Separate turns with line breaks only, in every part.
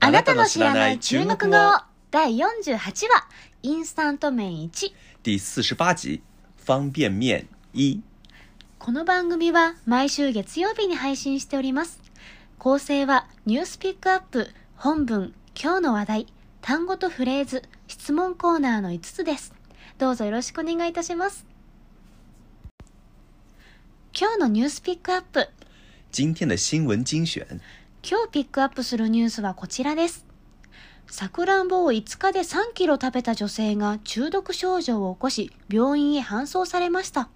あなたの知らない中国語第48話インスタント麺1
第四十八集，方便面一。
この番組は毎週月曜日に配信しております構成はニュースピックアップ本文今日の話題単語とフレーズ質問コーナーの5つですどうぞよろしくお願いいたします今日のニュースピックアップ
今天的新闻精选，
今日ピックアップするニュースはこちらです。さくらんぼを5日で3キロ食べた女性が中毒症状を起こし、病院へ搬送されました。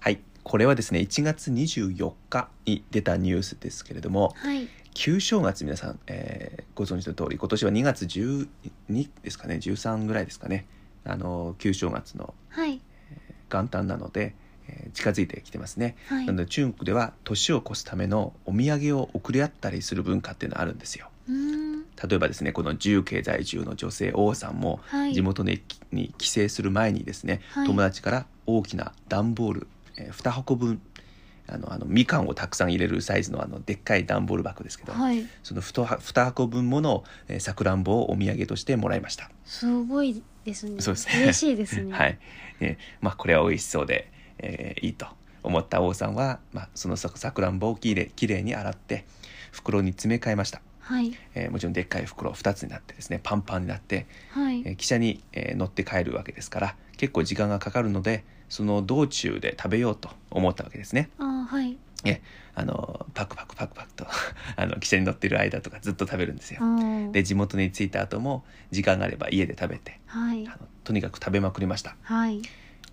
はい、これはですね、1月24日に出たニュースですけれども、
はい。
旧正月皆さん、えーご存知の通り、今年は2月12ですかね、13ぐらいですかね、あの旧正月の
はい。
元旦なので、えー近づいてきてますね。
はい
な。ので中国では年を越すためのお土産を贈り合ったりする文化っていうのはあるんですよ。
うーん。
例えばですね、この重慶在住の女性王さんも
はい。
地元にに帰省する前にですね、
はい
友達から大きな段ボール、えー2箱分あのあのみかんをたくさん入れるサイズのあのでっかい段ボール箱ですけど、
はい。
その 2, 箱分ものえーさくらんぼをお土産としてもらいました、
すごいですね。
そうですね
嬉しいですね。。
はいいねまあ、これは美味しそうで、えーいいと思った王さんは、まあ、そのささくらんぼをきれいきれいに洗って袋に詰め替えました、
はい。
えーもちろんでっかい袋2つになってですねパンパンになって
はい。
えー汽車に、えー乗って帰るわけですから結構時間がかかるのでその道中で食べようと思ったわけですね
あーはい。
あのパクパクパクパクと あの汽車に乗ってる間とかずっと食べるんです
あ
よ
ー
で地元に着いた後も時間があれば家で食べて
はい
あ。のとにかく食べまくりました、
はい。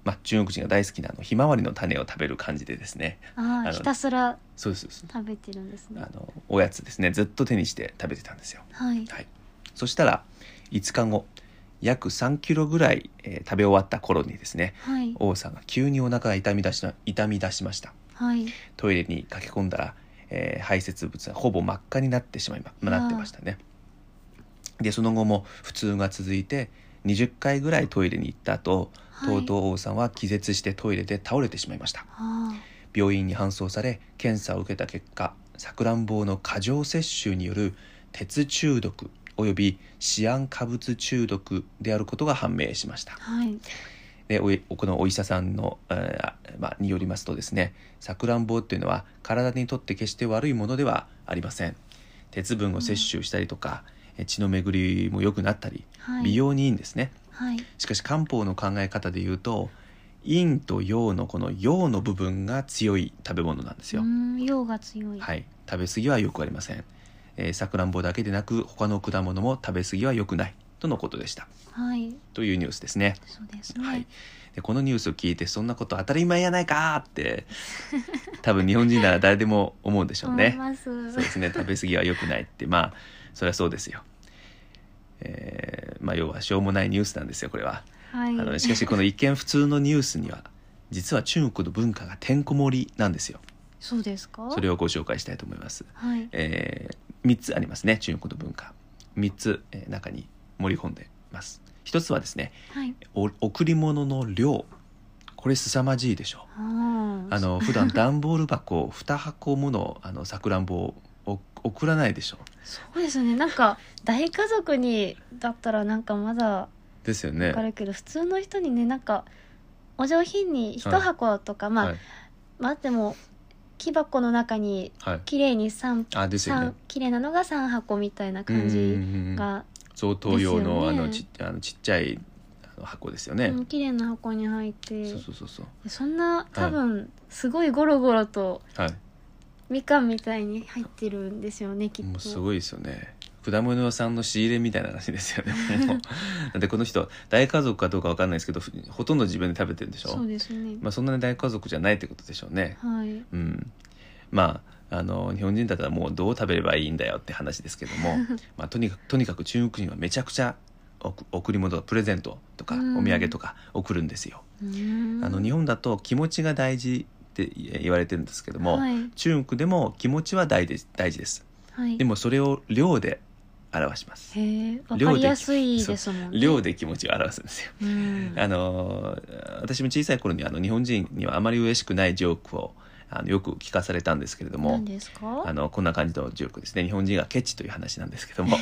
まあ、中国人が大好きなあのひまわりの種を食べる感じでですね
あ
あ
あ、
の
ひたすら
そうですそうです
食べてるんですね
あ。のおやつですねずっと手にして食べてたんですよ
はい。
はい、そしたら5日後約3キロぐらい、えー食べ終わった頃にですね
はい。
王さんが急にお腹が痛み出しな痛み出しました
はい。
トイレに駆け込んだら、えー排泄物がほぼ真っ赤になってしまいま、
あー
なってましたねでその後も不通が続いて20回ぐらいトイレに行った後、
はい。
とうとう王さんは気絶してトイレで倒れてしまいました
あ
病院に搬送され検査を受けた結果さくらんぼの過剰摂取による鉄中毒およびシアン化物中毒であることが判明しました
あ。はい。
でおいこのお医者さんの、えーあまあ、によりますとですねさくらんぼっていうのは体にとって決して悪いものではありません鉄分を摂取したりとか、え血の巡りも良くなったり
はい。
美容にいいんですね、
はい。
しかし漢方の考え方で言うと陰と陽のこの陽の部分が強い食べ物なんですよ、
うーん、用が強い。
はい食べ過ぎはよくありませんえーさくらんぼだけでなく他の果物も食べ過ぎは良くないとのことでした
はい、
というニュースですね
そうですね。
はい、でこのニュースを聞いてそんなこと当たり前やないかーって 多分日本人なら誰でも思うんでしょう
思い
ね。
ます。
そうですね食べ過ぎは良くないってまあそりゃそうですよ。えーまあ、要はしょうもないニュースなんですよこれは、
は
あの
い。
しかしこの一見普通のニュースには実は中国の文化がてんこ盛りなんですよ
そうですか。
それをご紹介したいと思います、
はい。
え3つありますね中国の文化3つ、えー中に盛り込んでます1つはですね
はい。
お贈り物の量これ凄まじいでしょ
ああ
あ。の普段段ボール箱2箱ものあのさくらんぼをお送らないでしょ
そうですね。なんか大家族にだったらなんかまだ
ですよ
わ
ね
かるけど、普通の人にねなんかお上品に一箱とか、まあ、
はい
まあでも木箱の中に
はい
綺麗に三
あですよね
三綺麗なのが三箱みたいな感
うん
じ
うんうんうん
が、
贈答用の,、
ですよね
あのちっあのちっちゃいあの箱ですよね、
うん綺麗な箱に入って、
そうそうそうそう
そんな多分すごいゴロゴロと。
はい
みかんみたいに入ってるんですよねきっと
もうすごいですよね果物屋さんの仕入れみたいな話ですよねも うだってこの人大家族かどうかわかんないですけどふほとんど自分で食べてるんでしょ
そうですね、
まあ、そんなに大家族じゃないってことでしょうね
はい
うん、まああの日本人だったらもうどう食べればいいんだよって話ですけど も、まあ、とにかくとにかく中国人はめちゃくちゃおく贈り物プレゼントとか
うん
お土産とか贈るんですよ。
うーん
あの日本だと気持ちが大事って言われてるんですけども、
はい
中国でも気持ちは大事大事です。
はい
でもそれを量で表します。
へえわかりやすいですもんね
量で気持ちを表すんですよ。
うん
あの私も小さい頃にあの日本人にはあまり嬉しくないジョークをあのよく聞かされたんですけれども
何です
あ
か
のこんな感じのジョークですね日本人がケチという話なんですけ ども、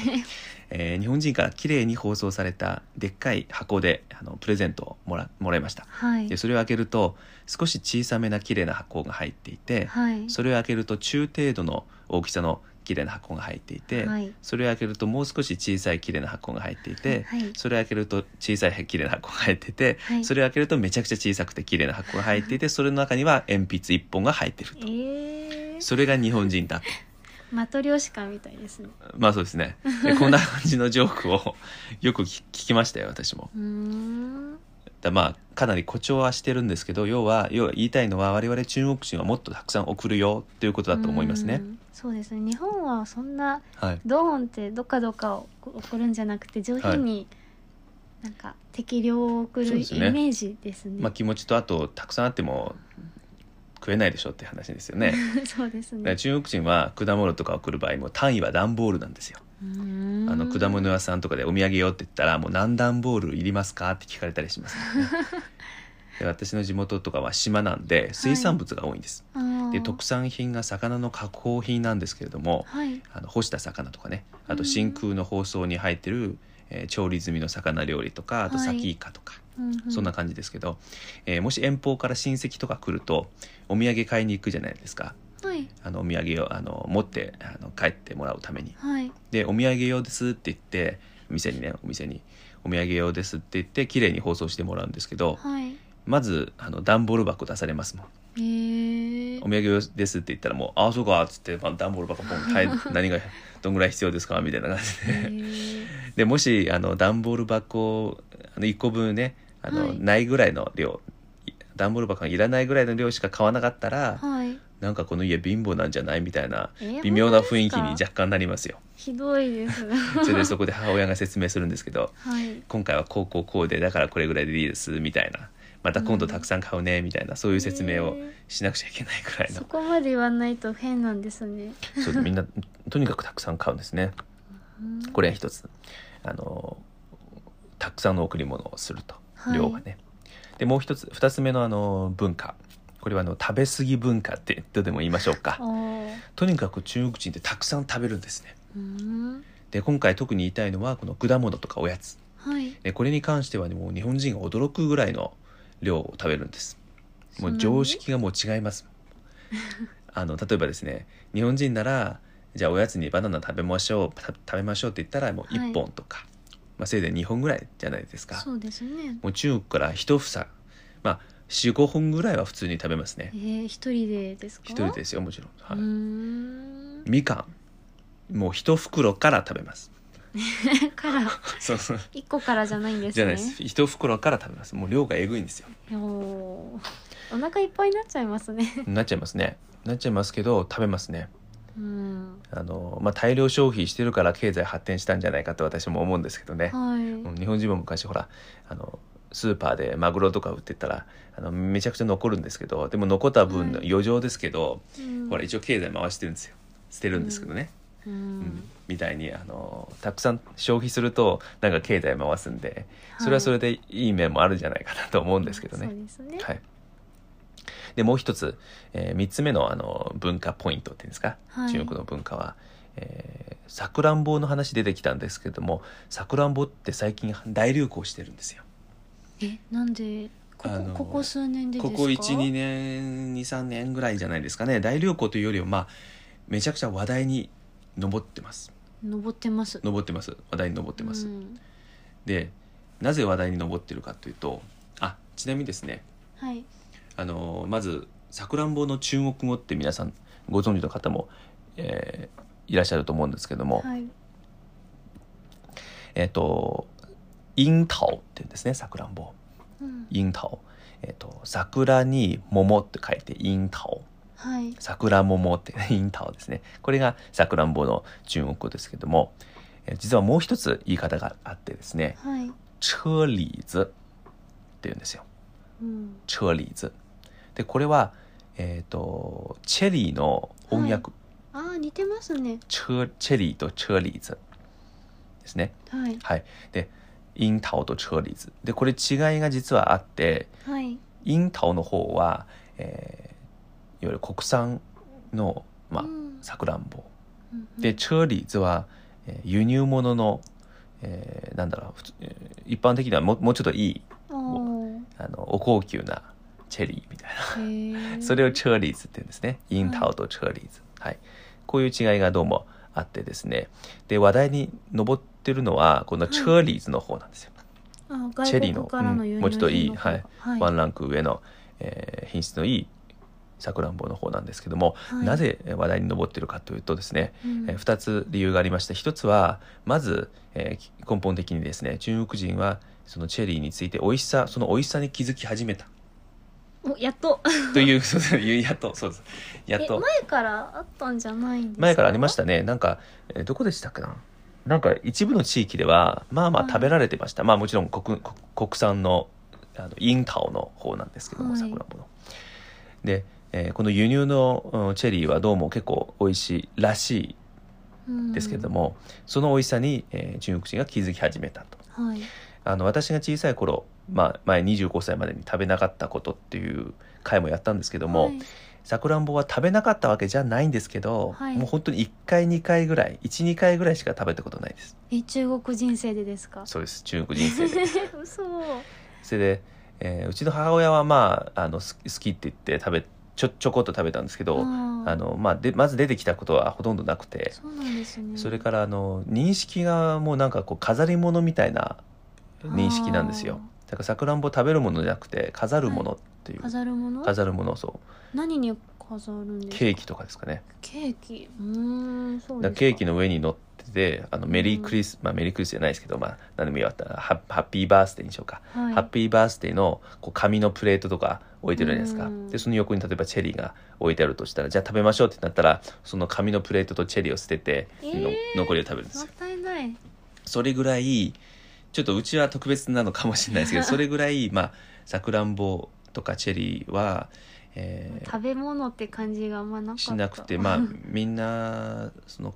えー日本人から綺麗に包装されたでっかい箱であのプレゼントをもらもらいました
はい
でそれを開けると少し小さめな綺麗な箱が入っていて、
はい
それを開けると中程度の大きさの綺麗な箱が入っていて、
はい
それを開けるともう少し小さい綺麗な箱が入っていて、
はい
それを開けると小さい綺麗な箱が入ってて、
はい
それを開けるとめちゃくちゃ小さくて綺麗な箱が入っていてそれの中には鉛筆1本が入ってると
えー、
それが日本人だと
マトリョーシカみたいですね
まあそうですねでこんな感じのジョークを よく聞聞きましたよ私も
うーん
だまあかなり誇張はしてるんですけど要は要は言いたいのは我々中国人はもっとたくさん送るよということだと思います
う
ね
んそうですね日本はそんな
はい
ドーンってどっかどっかを送るんじゃなくて上品になんか適量を送
そう
るイメ
ですね
ージですね。
まあ気持ちとあとたくさんあっても食えないでしょって話ですよね
そうです
だから
ね。
中国人は果物とか送る場合も単位は段ボールなんですよ
あ
あの
の
果物屋さんとかでお土産よって言ったらもう何段ボールいりますかって聞かれたりします からねで私の地元とかは島なんで水産物が多いんです、で特産品が魚の加工品なんですけれども
はい
あの干した魚とかねあ
う
と
ん
真空の包装に入ってる、えー調理済みの魚料理とかあと
はい
サキイカとか、
う
そんな感じですけど、えーもし遠方から親戚とか来るとお土産買いに行くじゃないですか
はい
あのお土産をあの持ってあの帰ってもらうために
はい
で「お土産用です」って言って店にねお店に「お土産用です」って言って綺麗に包装してもらうんですけど
はい
まずあの段ボール箱出されますもん
えー
「お土産用です」って言ったらもう「ああそうか」っつって、まあ、段ボール 箱ポンはい何がどんぐらい必要ですかみたいな感じ
え
で
ー
でもしあの段ボール箱あの1個分ねあの、
はい
ないぐらいの量い段ボール箱がいらないぐらいの量しか買わなかったら、
はい
なんかこの家貧乏なんじゃないみたいな
えー
微妙な雰囲気に
本当ですか
若干なりますよ。
ひどいです。
それでそこで母親が説明するんですけど
はい
今回はこうこうこうでだからこれぐらいでいいですみたいなまた今度たくさん買うねみたいなそういう説明をしなくちゃいけないくらい
そ
の、
こまで言わないと変なんですね。
そうみんなとにかくたくさん買うんですね
うん
これが一つあのたくさんの贈り物をすると
はい
量がね、でもう一つ二つ目のあの文化これはあの食べ過ぎ文化ってどうでも言いましょうか
おー
とにかく中国人ってたくさん食べるんですね
うん
で今回特に言いたいのはこの果物とかおやつ
はい
でこれに関してはねもう日本人が驚くぐらいの量を食べるんです
そん
も
な
う
に
常識がもう違います あの例えばですね日本人ならじゃあおやつにバナナ食べましょうた食べましょうって言ったらもう
はい
1本とか、まあ、せいぜい2本ぐらいじゃないですか
そうですね。
もう中国から1房まあ45本ぐらいは普通に食べますね
えー、一人でですか
1人ですよもちろん、は
う
い
ーん
みかんもう1袋から食べます
から
そう そう
一個からじゃないんですね
じゃないです1袋から食べますもう量がえぐいんですよ
おーお腹いっぱいになっちゃいますね
なっちゃいますねなっちゃいますけど食べますね
うん
あの、まあ、大量消費してるから経済発展したんじゃないかと私も思うんですけどね、う
は
ん日本人も昔ほらあのスーパーでマグロとか売ってたらあのめちゃくちゃ残るんですけどでも残った分の
はい
余剰ですけど、
い、うん
ほら一応経済回してるんですよ捨てるんですけどね、
う
うん
ん
みたいにあのたくさん消費するとなんか経済回すんでそれはそれ
で
でいい面もあるんじゃないかなと思うんですけどね。
そうですね
はい、でもう一つ、え3つ目のあの文化ポイントっていうんですか、
はい
中国の文化は、えーさくらんぼの話出てきたんですけれどもさくらんぼって最近大流行してるんですよ。
えなんでこ
あ
こ
の
ここ数年でです
こ
か
こ12年23年ぐらいじゃないですかね大流行というよりはまあめちゃくちゃ話題に上ってます
登ってます
上ってます話題に上ってます。
うん
でなぜ話題に上ってるかというとあちなみにですね
はい
あのまずさくらんぼの中国語って皆さんご存知の方も、えーいらっしゃると思うんですけども、
はい
えっ、と「樱桃」って言うんですねさくらんぼ
うん
「樱桃」えっ、と「桜に桃」って書いて「樱桃」
はい
「桜桃」って 「樱桃」ですねこれがさくらんぼの中国語ですけども、えー実はもう一つ言い方があってですね
はい
「車厘子」って言うんですよ
うん
チェリーズでこれは、えー、とチェリーの音訳、
あー似てますね
チェチェリーとチェリーズですね
はい
はいで樱桃とチェリーズでこれ違いが実はあって
はい
樱桃の方は、えーいわゆる国産の、まあ
うん、
さくらんぼ
うんうん
で、チューリーズは、えー輸入物の、えーなんだろう普通えー一般的にはももうちょっといい
お
あのお高級なチェリーみたいな
ーへ
それを
ち
チェリーズって言うんですねインタオとチェリーズ、はい、こういう違いがどうもあってですねで話題に上ってるのはこのチェリーズの方なんですよ、チェリーのうんもうちょっといいはいワンランク上の、えー品質のいいさくらんぼの方なんですけども、な、ぜ話題に上ってるかというとですね、
うん
えー2つ理由がありまして1つはまず、えーき根本的にですね中国人はそのチェリーについて美味しさその美味しさに気づき始めた
おやっと
というそうですやっとそうですやっ
え
と
前からあったんじゃないんですか
前からありましたねなんか、えーどこでしたっけななんか一部の地域ではまあまあ食べられてました、まあもちろん国国国産のあのインタオの方なんですけども
はい
さくらんぼの。で、えーこの輸入のうんチェリーはどうも結構美味しいらしい
うん
ですけれど、も、その美味しさに、えー中国人が気づき始めたと
はい、
あの私が小さい頃、まあ、前25歳までに食べなかったことっていう回もやったんですけども、
はい
さくらんぼは食べなかったわけじゃないんですけど、
はい
もう本当に1回2回ぐらい12回ぐらいしか食べたことないです
え中国人生でですか
そうです中国人生で
嘘
それで、えーうちの母親はまああのす好きって言って食べちょちょこっと食べたんですけど、
あー
あのまあ、でまず出てきたことはほとんどなくて、
そうなんですね
それからあの認識がもうなんかこう飾り物みたいな認識なんですよだからさくらんぼ食べるものじゃなくて飾るものっていう、
飾るもの
飾るものそう
何に飾るんですか
ケーキとかですかね
ケーキうーんそう
だ
ですか
からケーキの上に乗っててあのメリークリス、まあメリークリスじゃないですけどまあ何でもいいわハハッピーバースデーにしようか、
はい
ハッピーバースデーのこう紙のプレートとか置いてるじゃないですか、
うん
でその横に例えばチェリーが置いてあるとしたらじゃあ食べましょうってなったらその紙のプレートとチェリーを捨てて、
えー
の残りを食べるんです
も
よ
ったいない
それぐらいちょっとうちは特別なのかもしれないですけどそれぐらいまあさくらんぼとかチェリーは、えー
食べ物って感じがあんまなかった
しなくてまあみんなその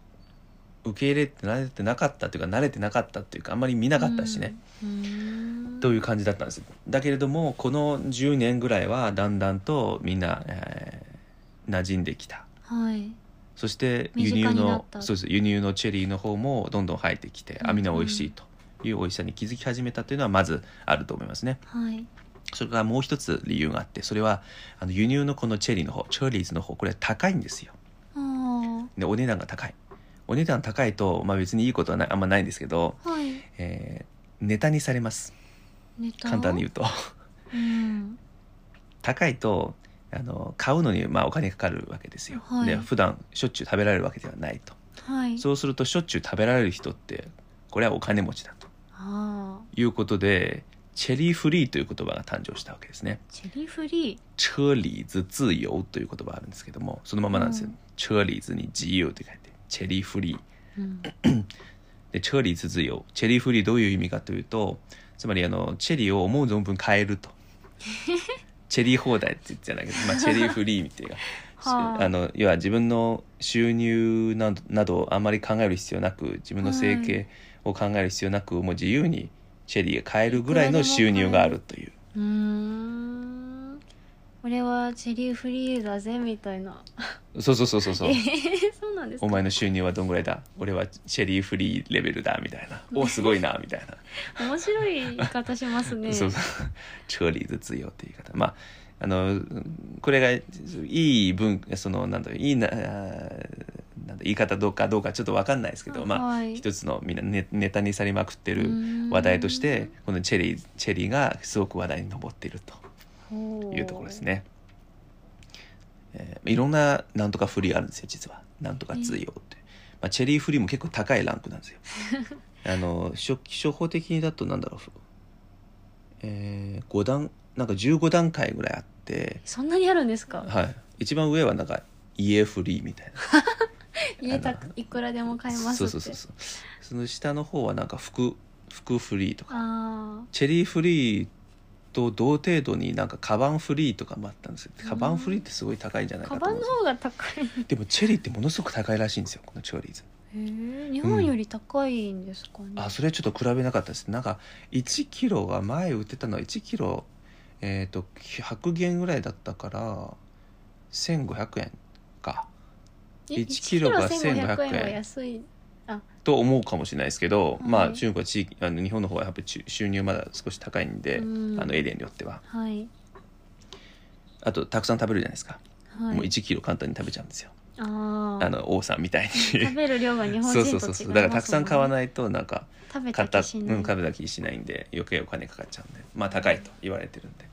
受け入れて慣れてなかったというか慣れてなかったっていうかあんまり見なかったしね、
うん
という感じだったんですだけれどもこの10年ぐらいはだんだんとみんな、えー馴染んできた
はい
そして
身
輸
近
入
になっ
の
た
そうです輸入のチェリーの方もどんどん入ってきて
うん
あみんな美味しいという美味しさに気づき始めたというのはまずあると思いますね。
はい
それからもう一つ理由があってそれはあの輸入のこのチェリーの方チェリーズの方これ高いんですよ。
あ
でお値段が高い。お値段高いと、まあ、別にいいことはないあんまないんですけど、
あはい
えーネタにされます
ネタ
簡単に言うと。
うん
高いとあの買うのにまあお金かかるわけですよ、
はい
で普段しょっちゅう食べられるわけではないと
はい
そうするとしょっちゅう食べられる人ってこれはお金持ちだと
ああ
いうことでチェリーフリーという言葉が誕生したわけですね
チェリーフリー
チェリーズ自由という言葉があるんですけどもそのままなんですよ、
うん
チェリーズに自由って書いてチェリーフリー
うん
でチェリーズ自由チェリーフリーどういう意味かというとつまりあのチェリーを思う存分買える とチェリー放題って言ってたんだけど、まあ、チェリーフリーみたいな
はあ
あの要は自分の収入などなどあんまり考える必要なく自分の生計を考える必要なく、もう自由にチェリーが買えるぐらいの収入があるという
うーん俺はチェリーフリーだぜみたいな
そうそうそうそうそう
えそうなんですか
お前の収入はどんぐらいだ俺はチェリーフリーレベルだみたいなおすごいなみたいな、
面白い言い方しますね
そうそうチェリーズ強いっていう言い方まああのうんこれがいい文そのなんだろういいなあーなんだ言い方どうかどうかちょっと分かんないですけど、まあ、
はい
一つのみんなネネタにされまくって
う
る
ーん
話題としてこのチェリーチェリーがすごく話題に上っていると
ほ
いうところですね。えーいろんななんとかフリーあるんですよ実はなんとか通用って、まあ、チェリーフリーも結構高いランクなんです よ。あの初処方的にだとなんだろう、え5段なんか15段階ぐらいあって、
そんなにあるんですか
はい、一番上はなんか家フリーみたいな。
家たくいくらでも買えます
そ
っ
う
て
そうそうそうその下の方はなんか服服フリーとか
あ
チェリーフリーと同程度になんかカバンフリーとかもあったんですよカバンフリーってすごい高いんじゃな
あ
い
カ
かと思
バンの方
うんですよ
が高いへ
でもチェリーってものすごく高いらしいんですよこのチェリーズ
え日本より高いんですかね、
あそれはちょっと比べなかったですなんか1キロは前売ってたのは1キロえっ、と100元ぐらいだったから1500円か
え
1
1
キロが
1500
1500円
円は安い
と思うかもしれないですけど、
はい
まあ中国は地域あの日本の方はやっぱり収入まだ少し高いんで、
うん
あのエリアによっては
はい
あとたくさん食べるじゃないですか、
はい
もう1キロ簡単に食べちゃうんですよ
あ
あ
あ
の王さんみたい
食
に
べる量が日本
そう
人
そうそ
と違
うそ
いうますもんね
だからたくさん買わないとなんか
食べ
買
た
った
気しな
う
い
ん、食べた気しないんで余計お金かかっちゃうんでまあ高いと言われてるんで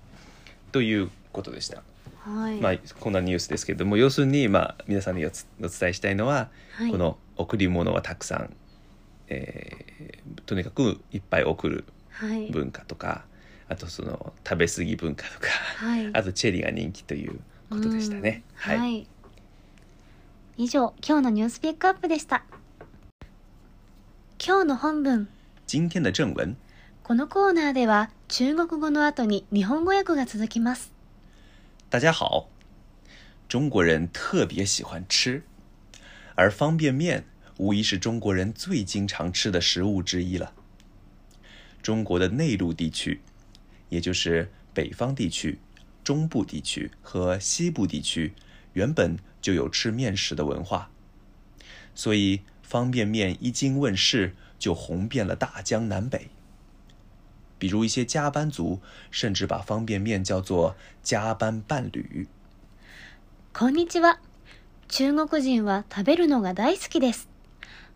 ということでした、
はい、
まあこんなニュースですけども要するにまあ皆さんにおつお伝えしたいのは、
はい
この贈り物はたくさん、えーとにかくいっぱい贈る
はい
文化とかあとその食べ過ぎ文化とか
はい
あとチェリーが人気ということでしたね。
うんはい、以上今日のニュースピックアップでした今日の本文
今天的正文
このコーナーでは中国語の後に日本語訳が続きます
大家好，中国人特别喜欢吃，而方便面无疑是中国人最经常吃的食物之一了。中国的内陆地区，也就是北方地区、中部地区和西部地区，原本就有吃面食的文化，所以方便面一经问世就红遍了大江南北。比如一些加班族甚至把方便面叫做“加班伴侣
こんにちは中国人は食べるのが大好きです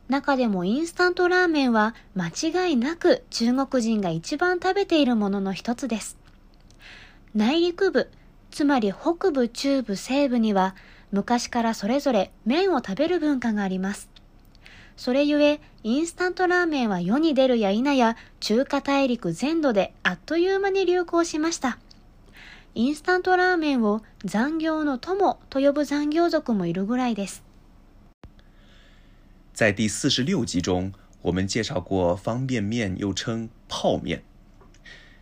中でもインスタントラーメンは間違いなく中国人が一番食べているものの一つです内陸部つまり北部中部西部には昔からそれぞれ麺を食べる文化がありますそれゆえインスタントラーメンは世に出るや否や中華大陸全土であっという間に流行しましたインスタントラーメンを残業の友と呼ぶ残業族もいるぐらいです。”。
在第四十六集中，我们介绍过方便面又称泡面，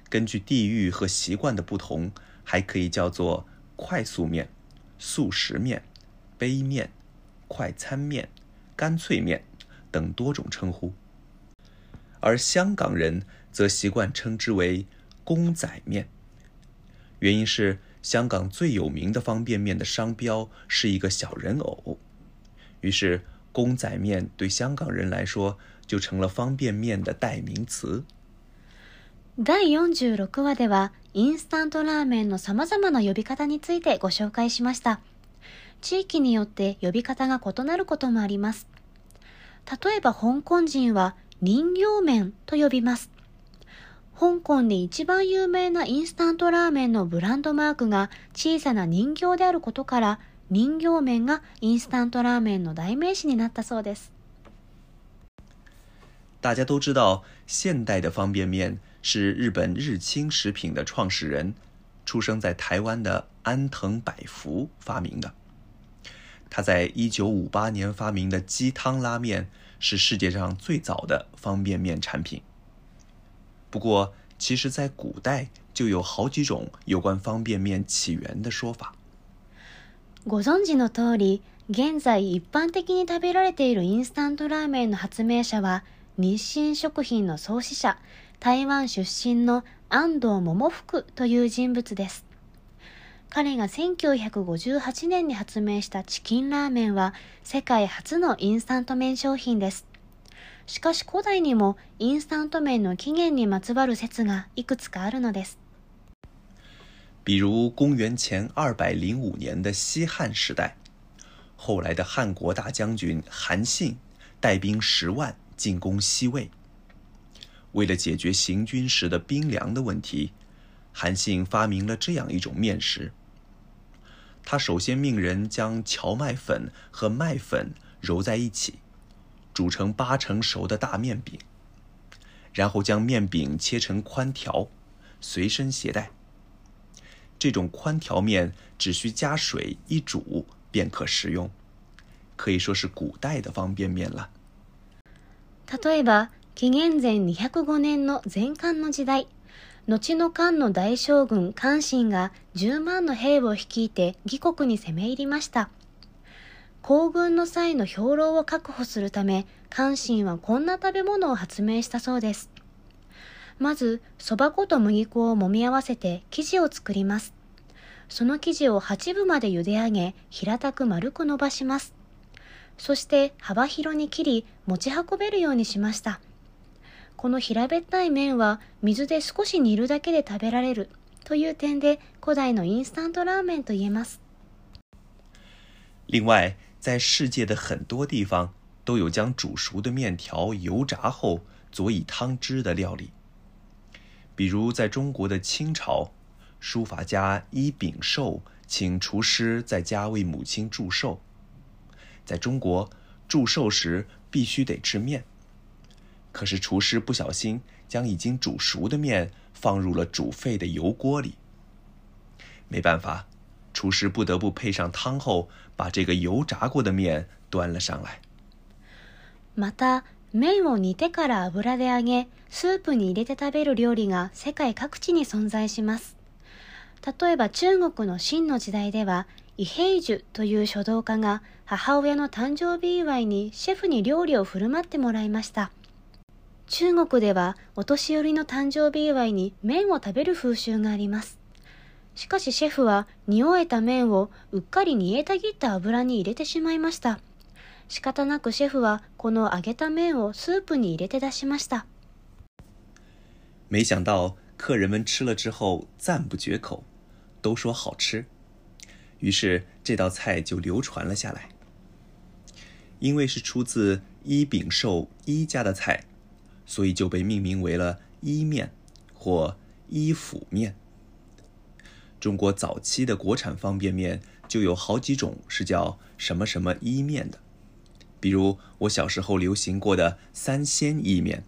根据地域和习惯的不同，还可以叫做快速面、速食面、杯面、快餐面、干脆面等多种称呼。而香港人则习惯称之为“公仔面”，原因是香港最有名的方便面的商标是一个小人偶，于是公仔面对香港人来说就成了方便面的代名词。
第46話ではインスタントラーメンの様々な呼び方についてご紹介しました。地域によって呼び方が異なることもあります。例えば香港人は人形麺と呼びます。香港で一番有名なインスタントラーメンのブランドマークが小さな人形であることから人形麺がインスタントラーメンの代名詞になったそうです。
大家都知道，现代的方便面是日本日清食品的创始人，出生在台湾的安藤百福发明的。他在1958年发明的鸡汤拉面是世界上最早的方便面产品。不过，其实在古代就有好几种有关方便面起源的说法。
ご存知の通り、現在一般的に食べられているインスタントラーメンの発明者は、日清食品の創始者、台湾出身の安藤桃福という人物です。彼が1958年に発明したチキンラーメンは、世界初のインスタント麺商品です。しかし古代にもインスタント麺の起源にまつわる説がいくつかあるのです。
比如公元前二百零五年的西汉时代，后来的汉国大将军韩信带兵十万进攻西魏。为了解决行军时的兵粮的问题，韩信发明了这样一种面食。他首先命人将荞麦粉和麦粉揉在一起，煮成八成熟的大面饼，然后将面饼切成宽条，随身携带。这种宽条面只需加水一煮便可食用，可以说是古代的方便面了。
例えば紀元前205年の前漢の時代後の漢の大将軍関信が10万の兵を率いて義国に攻め入りました行軍の際の兵糧を確保するため関信はこんな食べ物を発明したそうですまずそば粉と麦粉を揉み合わせて生地を作りますその生地を8分まで茹で上げ、平たく丸く伸ばします。そして幅広に切り、持ち運べるようにしました。この平べったい麺は水で少し煮るだけで食べられるという点で古代のインスタントラーメンと言えます。
另外，在世界的很多地方都有将煮熟的面条油炸后佐以汤汁的料理，比如在中国的清朝，书法家伊秉寿请厨师在家为母亲祝寿。在中国，祝寿时必须得吃面，可是厨师不小心将已经煮熟的面放入了煮沸的油锅里。没办法，厨师不得不配上汤后，把这个油炸过的面端了上来。
また、麺を煮てから油で揚げ、スープに入れて食べる料理が世界各地に存在します。例えば中国の秦の時代では、伊平寿という書道家が母親の誕生日祝いにシェフに料理を振る舞ってもらいました。中国ではお年寄りの誕生日祝いに麺を食べる風習があります。しかしシェフは煮終えた麺をうっかり煮えたぎった油に入れてしまいました。仕方なくシェフはこの揚げた麺をスープに入れて出しました。
没想到客人们吃了之后赞不绝口，都说好吃，于是这道菜就流传了下来。因为是出自伊秉寿伊家的菜，所以就被命名为了伊面或伊府面。中国早期的国产方便面就有好几种是叫什么什么伊面的，比如我小时候流行过的三鲜意面。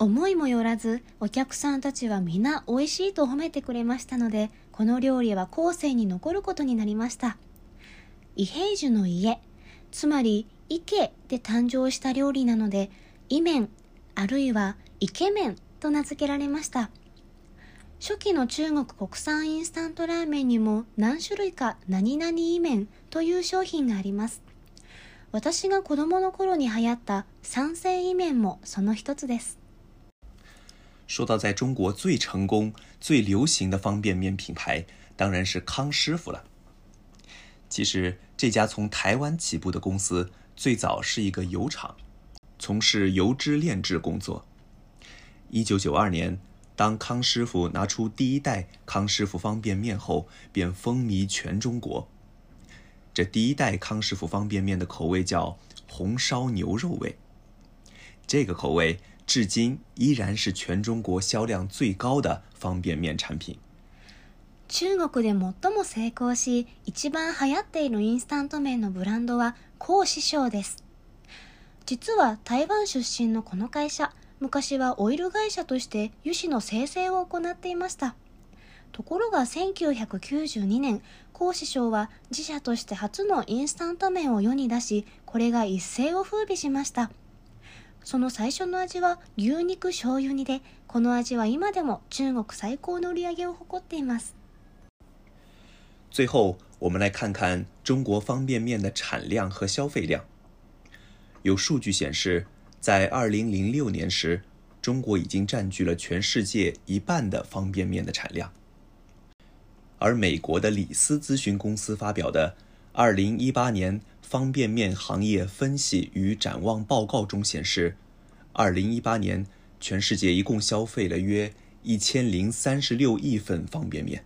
思いもよらずお客さんたちは皆美味しいと褒めてくれましたので、この料理は後世に残ることになりました。伊平寿の家、つまり池で誕生した料理なので、イメンあるいはイケメンと名付けられました。初期の中国国産インスタントラーメンにも何種類か何々イメンという商品があります。私が子供の頃に流行った三鮮イメンもその一つです。
说到在中国最成功、最流行的方便面品牌，当然是康师傅了。其实，这家从台湾起步的公司最早是一个油厂，从事油脂炼制工作。一九九二年，当康师傅拿出第一代康师傅方便面后，便风靡全中国。这第一代康师傅方便面的口味叫红烧牛肉味。这个口味至今依然是全中国销量最高的方便面产品。
中国で最も成功し、一番流行っているインスタント麺のブランドは、孔師匠です。実は台湾出身のこの会社、昔はオイル会社として油脂の生成を行っていました。ところが1992年、孔師匠は自社として初のインスタント麺を世に出し、これが一世を風靡しました。その最初の味は牛肉醤油煮で、この味は今でも中国最高の売り上げを誇っています。
最后，我们来看看中国方便面的产量和消费量。有数据显示，在2006年时，中国已经占据了全世界一半的方便面的产量。而美国的李斯咨询公司发表的《2018年方便面行业分析与展望报告》中显示，2018年全世界一共消费了约1036亿份方便面。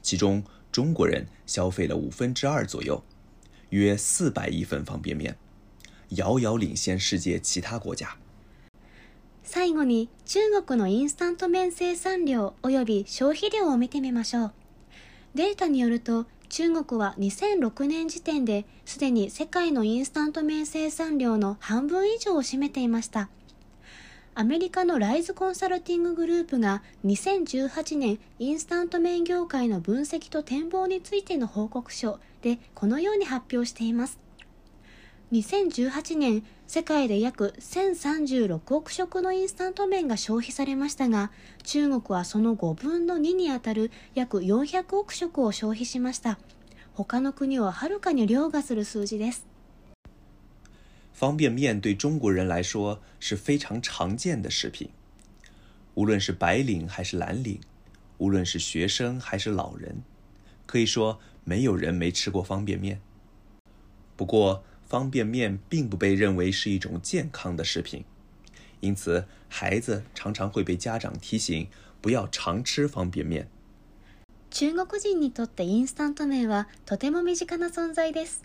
其中中国人消费了五分之二左右，约四百亿份方便面，遥遥领先世界其他国家。
最後に中国のインスタント麺生産量及び消費量を見てみましょう。データによると中国は2006年時点ですでに世界のインスタント麺生産量の半分以上を占めていました。アメリカのライズコンサルティンググループが2018年インスタント麺業界の分析と展望についての報告書でこのように発表しています。2018年、世界で約1036億食のインスタント麺が消費されましたが、中国はその5分の2にあたる約400億食を消費しました。他の国をはるかに凌駕する数字です。
方便面对中国人来说是非常常见的食品，无论是白领还是蓝领，无论是学生还是老人，可以说没有人没吃过方便面。不过，方便面并不被认为是一种健康的食品，因此孩子常常会被家长提醒不要常吃方便面。
中国人にとってインスタント麺はとても身近な存在です。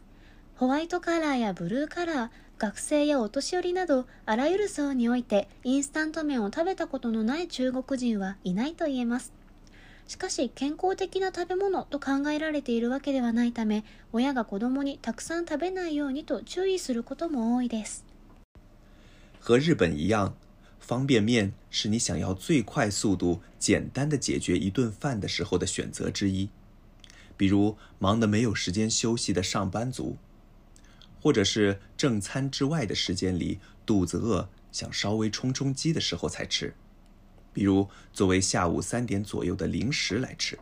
ホワイトカラーやブルーカラー、学生やお年寄りなど、あらゆる層においてインスタント麺を食べたことのない中国人はいないと言えます。しかし、健康的な食べ物と考えられているわけではないため、親が子供にたくさん食べないようにと注意することも多いです。
和日本一样，方便面是你想要最快速度、简单的解决一顿饭的时候的选择之一。比如忙得没有时间休息的上班族，或者是正餐之外的时间里肚子饿想稍微充充饥的时候才吃，比如作为下午三点左右的零食来吃。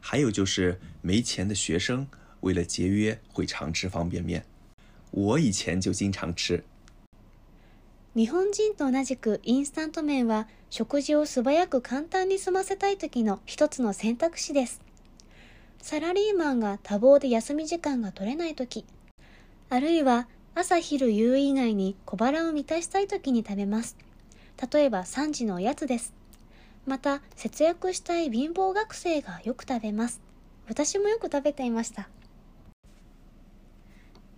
还有就是没钱的学生为了节约会常吃方便面，我以前就经常吃。
日本人と同じくインスタント麺は食事を素早く簡単に済ませたい時の一つの選択肢です。サラリーマンが多忙で休み時間が取れない時、あるいは朝昼夕以外に小腹を満たしたい時に食べます。例えば3時のおやつです。また節約したい貧乏学生がよく食べます。私もよく食べていました。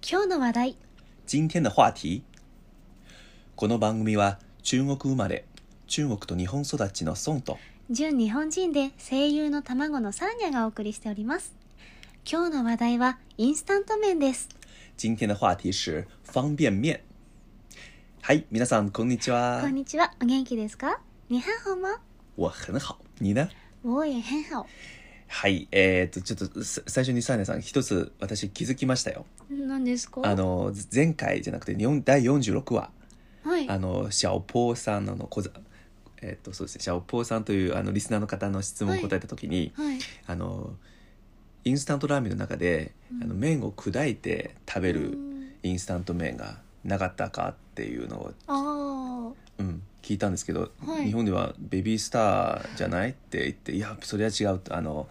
今日の話題。
今天的话题。この番組は中国生まれ、中国と日本育ちの孫と
純日本人で声優の卵のサーニャがお送りしております今日の話題はインスタント麺です
今天的话题是方便面。はい、皆さんこんにち
こ
は
ん。にちはお元気ですか你好吗
我很好。你呢？
我也很好
はい、えー、っとちょっとさ最初にサーニャさん一つ私気づきましたよ。
何ですか
あの前回じゃなくて日本第46話、
はい
あの小ポーさんのの小ざえーっとそうですね、小ポーさんというあのリスナーの方の質問を答えたときに、
はい
あのインスタントラーメンの中で、あの麺を砕いて食べるインスタント麺がなかったかっていうのを、
あ
うん、聞いたんですけど、
はい
日本ではベビースターじゃないって言っていやそれは違うとあの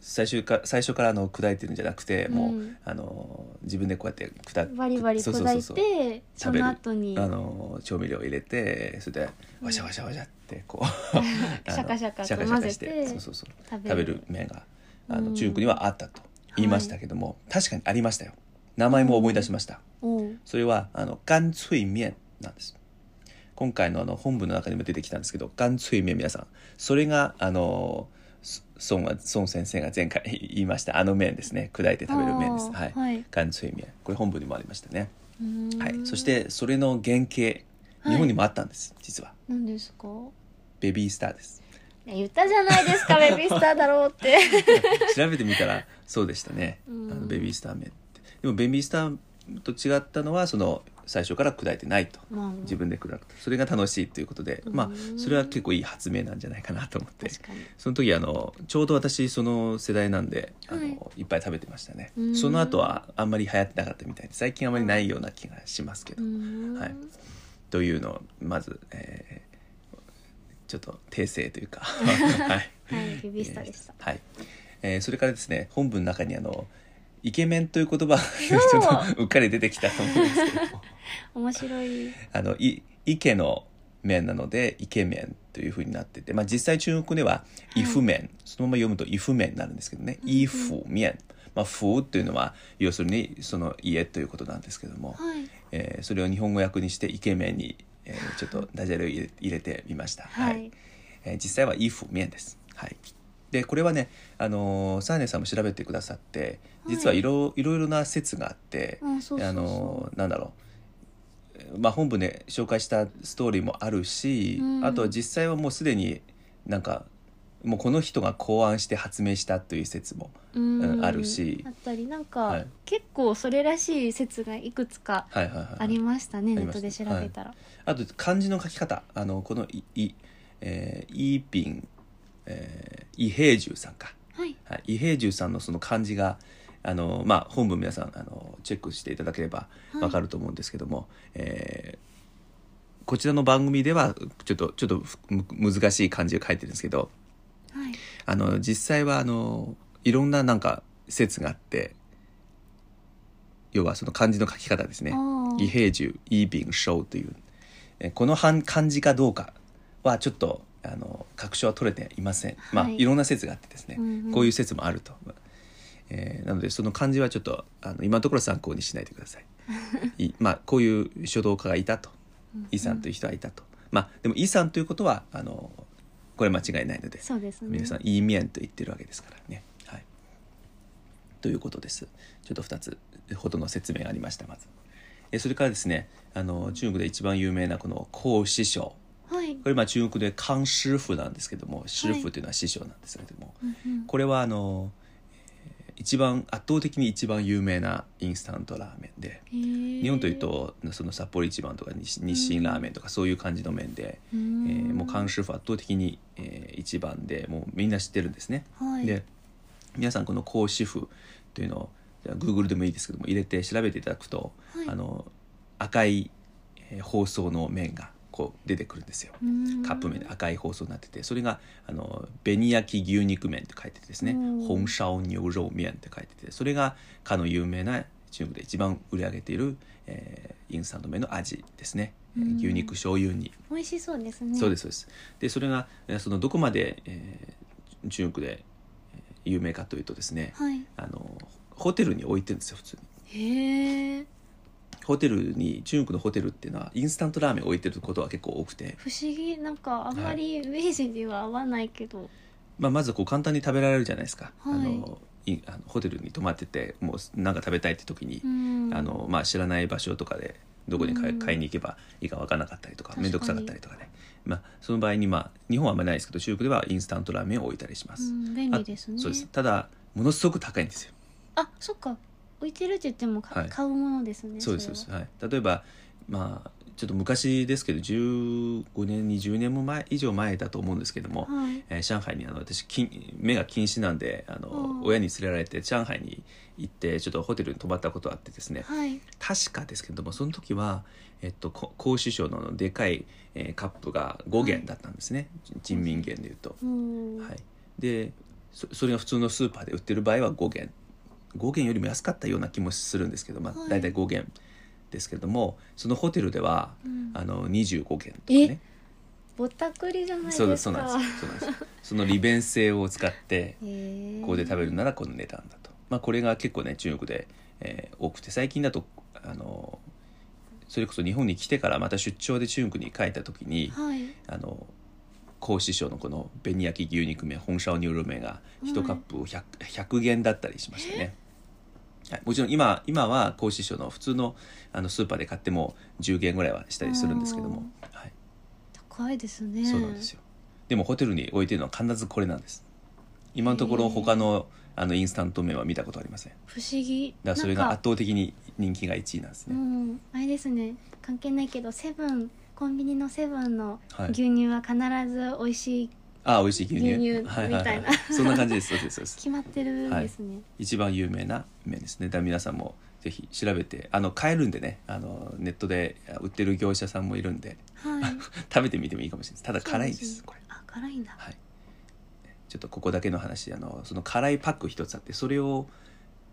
最初か最初からあの砕いてるんじゃなくてもう、
うん
あの自分でこうやって砕
あ
く
バリバリ
そう
砕
そうそうそう
いてそ
食べる
の後に
あの調味料を入れてそれで
うん
わしゃわしゃわしゃってこうあの
シャカシャカと
シャカシャカして
混ぜて
そうそうそう
食べ
食べ
る
る麺があ
う
の
ん
中国にはあったと言いましたけども、確かにありましたよ名前も思い出しました、
おう
それはあの干脆麺なんです今回のあの本文の中にも出てきたんですけど干脆麺皆さんそれがあのそ孫は孫先生が前回言いましたあの麺ですね砕いて食べる麺です
あー
はい
はい
干脆麺これ本文にもありましたね、
うーん
はい、そしてそれの原型
はい
日本にもあったんです、実は
何ですか
ベビースターです
言ったじゃないですかベビースターだろうって
調べてみたらそうでしたねあ
うん
のベビースター麺ってでもベビースターと違ったのはその最初から砕いてないと
まあ
自分で砕くとそれが楽しいということで、
うん
まあそれは結構いい発明なんじゃないかなと思って
確かに
その時あのちょうど私その世代なんであの、
はい
い、っぱい食べてましたね
うん
その後はあんまり流行ってなかったみたいで最近あまりないような気がしますけど、
うーん
はいというのをまず、えーちょっと訂正という かはい
はいベビースターでした
はいえーそれからですね本文の中にあのイケメンという言葉がち
う
ょっとうっかり出てきたと思うんですけども
面白い
あのい池の面なのでイケメンというふうになってて、まあ、実際中国では「
い
イフ面」そのまま読むと「イフ面」になるんですけどね「イフ面」まあ「フ」というのは要するにその家ということなんですけども、
はい
えーそれを日本語訳にしてイケメンに、えーちょっとダジャレを入れ入れてみました。
はい
えー実際は衣服面です。はい。でこれはね、あのーサーネさんも調べてくださって、実はいろいろいろな説があって、
うんそうそうそう
あのーなんだろう、えーまあ本部で紹介したストーリーもあるし、
うん
あとは実際はもうすでになんかもうこの人が考案して発明したという説も、
うん
あるし
あったりなんか、
はい
結構それらしい説がいくつか
はいはいはいはい、
ありましたね、
あり
ネッ
ま
ト
した
で調べたら、
あと漢字の書き方あのこのい「い」えー「いいぴん」えー「伊平重さんか。
はい
はい伊平重さんのその漢字があの、まあ、本文皆さんあのチェックしていただければ
はい
わかると思うんですけども、えーこちらの番組ではちょっとちょっとふむ難しい漢字を書いてるんですけど
はい。
あの実際はあのいろんななんか説があって要はその漢字の書き方ですね
お
「義
ー
平獣イービンショウ」というえこの漢漢字かどうかはちょっとあの確証は取れていません、まあ
はい
いろんな説があってですね、
うんうん
こういう説もあると、えーなのでその漢字はちょっとあの今のところ参考にしないでくださ いいまあこういう書道家がいたとイさんという人がいたと、まあでもイさんということはあのこれ間違いないので
そうですね。
皆さん「いいみえん」と言ってるわけですからね。はい、ということです。ちょっと2つほどの説明がありましたまず。えそれからですねあの中国で一番有名なこの孔師匠
はい。
これまあ中国で漢師傅なんですけども師傅というのは師匠なんですけども、
うんうん
これはあのえー一番圧倒的に一番有名なインスタントラーメンで。日
日
本というとその札幌一番とか日日清ラーメンとかそういう感じの麺で、
え
えーもう
は
監修府圧倒的に、えー一番でもうみんな知ってるんですね。
い、
で皆さんこの講師譜というのをじゃあ Google でもいいですけども入れて調べていただくと、
はい
あの赤い、えー包装の麺がこう出てくるんですよ。
うん
カップ麺で赤い包装になっててそれがあの紅焼き牛肉麺って書いててですね
うん
「本烧牛肉麺」って書いててそれがかの有名な中国で一番売り上げている、えーインスタント麺の味ですね、えー
うん
牛肉醤油に、
美味しそうですね。。
そうですすそうですでそれがえーそのどこまで、えー中国でえー有名かというとですね
はい。
あのホテルに置いてるんですよ普通に
へえ、
ホテルに中国のホテルっていうのはインスタントラーメン置いてることは結構多くて、
不思議なんかあんまりイメージには合わないけど、
まあ、まずこう簡単に食べられるじゃないですか、
はい
あのいあのホテルに泊まっててもうなんか食べたいって時に、
うん
あのまあ、知らない場所とかでどこに買い,、
うん
買いに行けばいいか分からなかったりとか
確かに
面倒くさかったりとかね、まあ、その場合に、まあ、日本はあんまりないですけど中国ではインスタントラーメンを置いたりしま
う
す,
ん
あ、
便利ですね。
そうですただものすごく高いんですよ、
あ、そっか。置いてるって言ってもか、
はい
買うものですね。
そうですそうです、はい、例えばまあちょっと昔ですけど15年20年も前以上前だと思うんですけども、
それははい。
えー上海にあの私禁目が近視なんであの
うん
親に連れられて上海に行ってちょっとホテルに泊まったことあってですね
はい。
確かですけどもその時は、えっと、こ孔子賞のあのでかい、えーカップが5元だったんですね、人民元でいうと。
うん。
はい、でそそれが普通のスーパーで売ってる場合は5元5元よりも安かったような気もするんですけど、ま
は
あ、
い
大体5元ですけども、そのホテルでは
うん
あの25元とか
え
ね。
ぼったくりじゃないですか。
そうですそうなんですそうなんですその利便性を使って
へえ。
ここで食べるならこの値段だと、まあ、これが結構ね中国で、えー多くて最近だとあのそれこそ日本に来てからまた出張で中国に帰った時に
はい。
あの孔師匠のこの紅焼き牛肉麺本社乳麺が1カップを 100, 100元だったりしましたね。はい、もちろん今今は孔師匠の普通のあのスーパーで買っても10元ぐらいはしたりするんですけども、はい、
高いですね。
そうなんですよでもホテルに置いてるのは必ずこれなんです今のところ他のあのインスタント麺は見たことありませんだ
不
か
思議。
らそれが
なん
圧倒的に人気が1位なんです
う
ね、
ん、あれですね関係ないけどセブンコンビニのセブンの
はい
牛乳は必ず美味しい
ああ美味しい牛乳
牛乳
はいはいはい
みたい
そんな感じですそうですそうです
決まってるんですね、
一番有名な麺ですねだから皆さんもぜひ調べてあの買えるんでねあのネットで売ってる業者さんもいるんで
はい、
食べてみてもいいかもしれないですただ 辛いんです
そうね
これ
あ辛いんだ
はい、ちょっとここだけの話あのその辛いパック一つあってそれを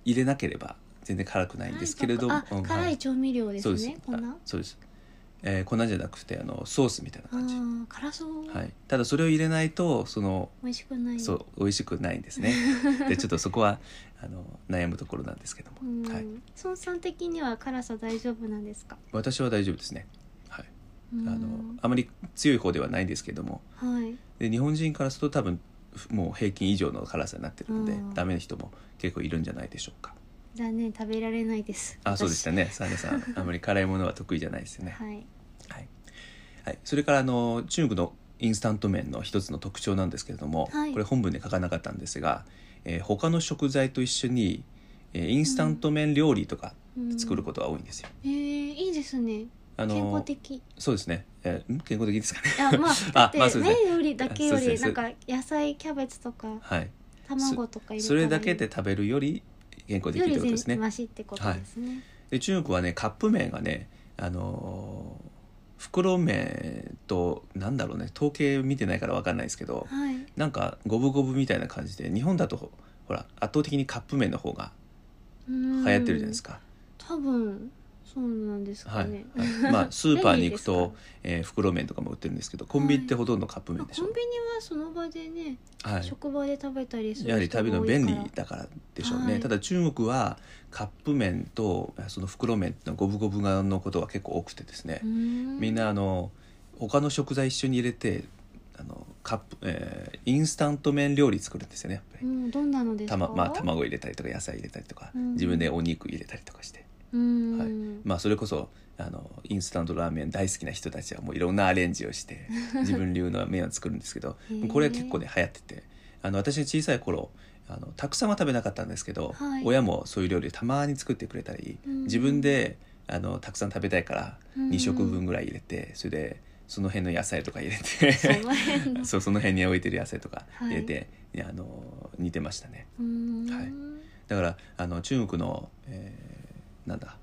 入れなければ全然辛くないんですけれども
あ
うん
辛
はい
調味料で
そう
す
です
ね粉
あ
あ
そうです、えー粉じゃなくてあのソースみたいな感じ、
ー辛そう、
はい、ただそれを入れないとその
美味しくない
そう美味しくないんですねでちょっとそこはあの悩むところなんですけども、
うん、
はい、
孫さん的には辛さ大丈夫なんですか
私は大丈夫ですね、はい、
あ
あのあまり強い方ではないんですけども
はい
で日本人からすると多分もう平均以上の辛さになってるので、
うん
ダメな人も結構いるんじゃないでしょうか
残念食べられないです
あそうでした
ね
ねサーネさん あまり辛いものは得意じゃないですよね
はい
はい、はい、それからあの中国のインスタント麺の一つの特徴なんですけれども、
はい
これ本文で書かなかったんですが、えー他の食材と一緒に、えーインスタント麺料理とか
うん
作ることが多いんですよ、
えー、いいですね
あ
健康
の
的
そうですね、えーん健康的ですかね
いやまあだ
あ
って
まあそうですね
麺よりだけよ
そうで
り
すね
なんか野菜キャベツとか
はい
卵とか入れた
そ
ら
れだけで食べるより健康的
よ
とい
り
うこと
全
ですね
然マシってことですね、
で中国はねカップ麺がねあのー袋麺となんだろうね統計見てないから分かんないですけど
はい。
なんか五分五分みたいな感じで日本だとほら圧倒的にカップ麺の方が
流
流行ってるじゃないですか、
多分そうなんですか
はい
ね、
はいまあスーパーに 行
便
く
利
と、えー袋麺とかも売ってるんですけどコンビニってほとんどカップ
ま
麺
あ
でし
コ
ょ
ン、ビニはその場でね、
はい
職場で食べたりする
やはり食べるの便利
人
だからでしょうね、
はい
ただ中国はカップ麺とその袋麺っての五分五分のことが結構多くてですね、み
み
んなあの他の食材一緒に入れてあのカップ、えーインスタント麺料理作るんですよねやっぱり、
うんどんなのですか
たままあ、卵入れたりとか野菜入れたりとか、
うん
自分でお肉入れたりとかして、
うん、
はいまあ、それこそあのインスタントラーメン大好きな人たちはもういろんなアレンジをして 自分流の麺を作るんですけど
へー
これは結構ね流行っててあの私の小さい頃あのたくさんは食べなかったんですけど、
はい
親もそういう料理をたまに作ってくれたり、
うん
自分であのたくさん食べたいから
うん
2食分ぐらい入れて、それでその辺の野菜とか入れて
その辺の
そうその辺に置いてる野菜とか
はい
入れて、いやあの煮てましたね。
うん
はいだからあの中国の、えーなんだ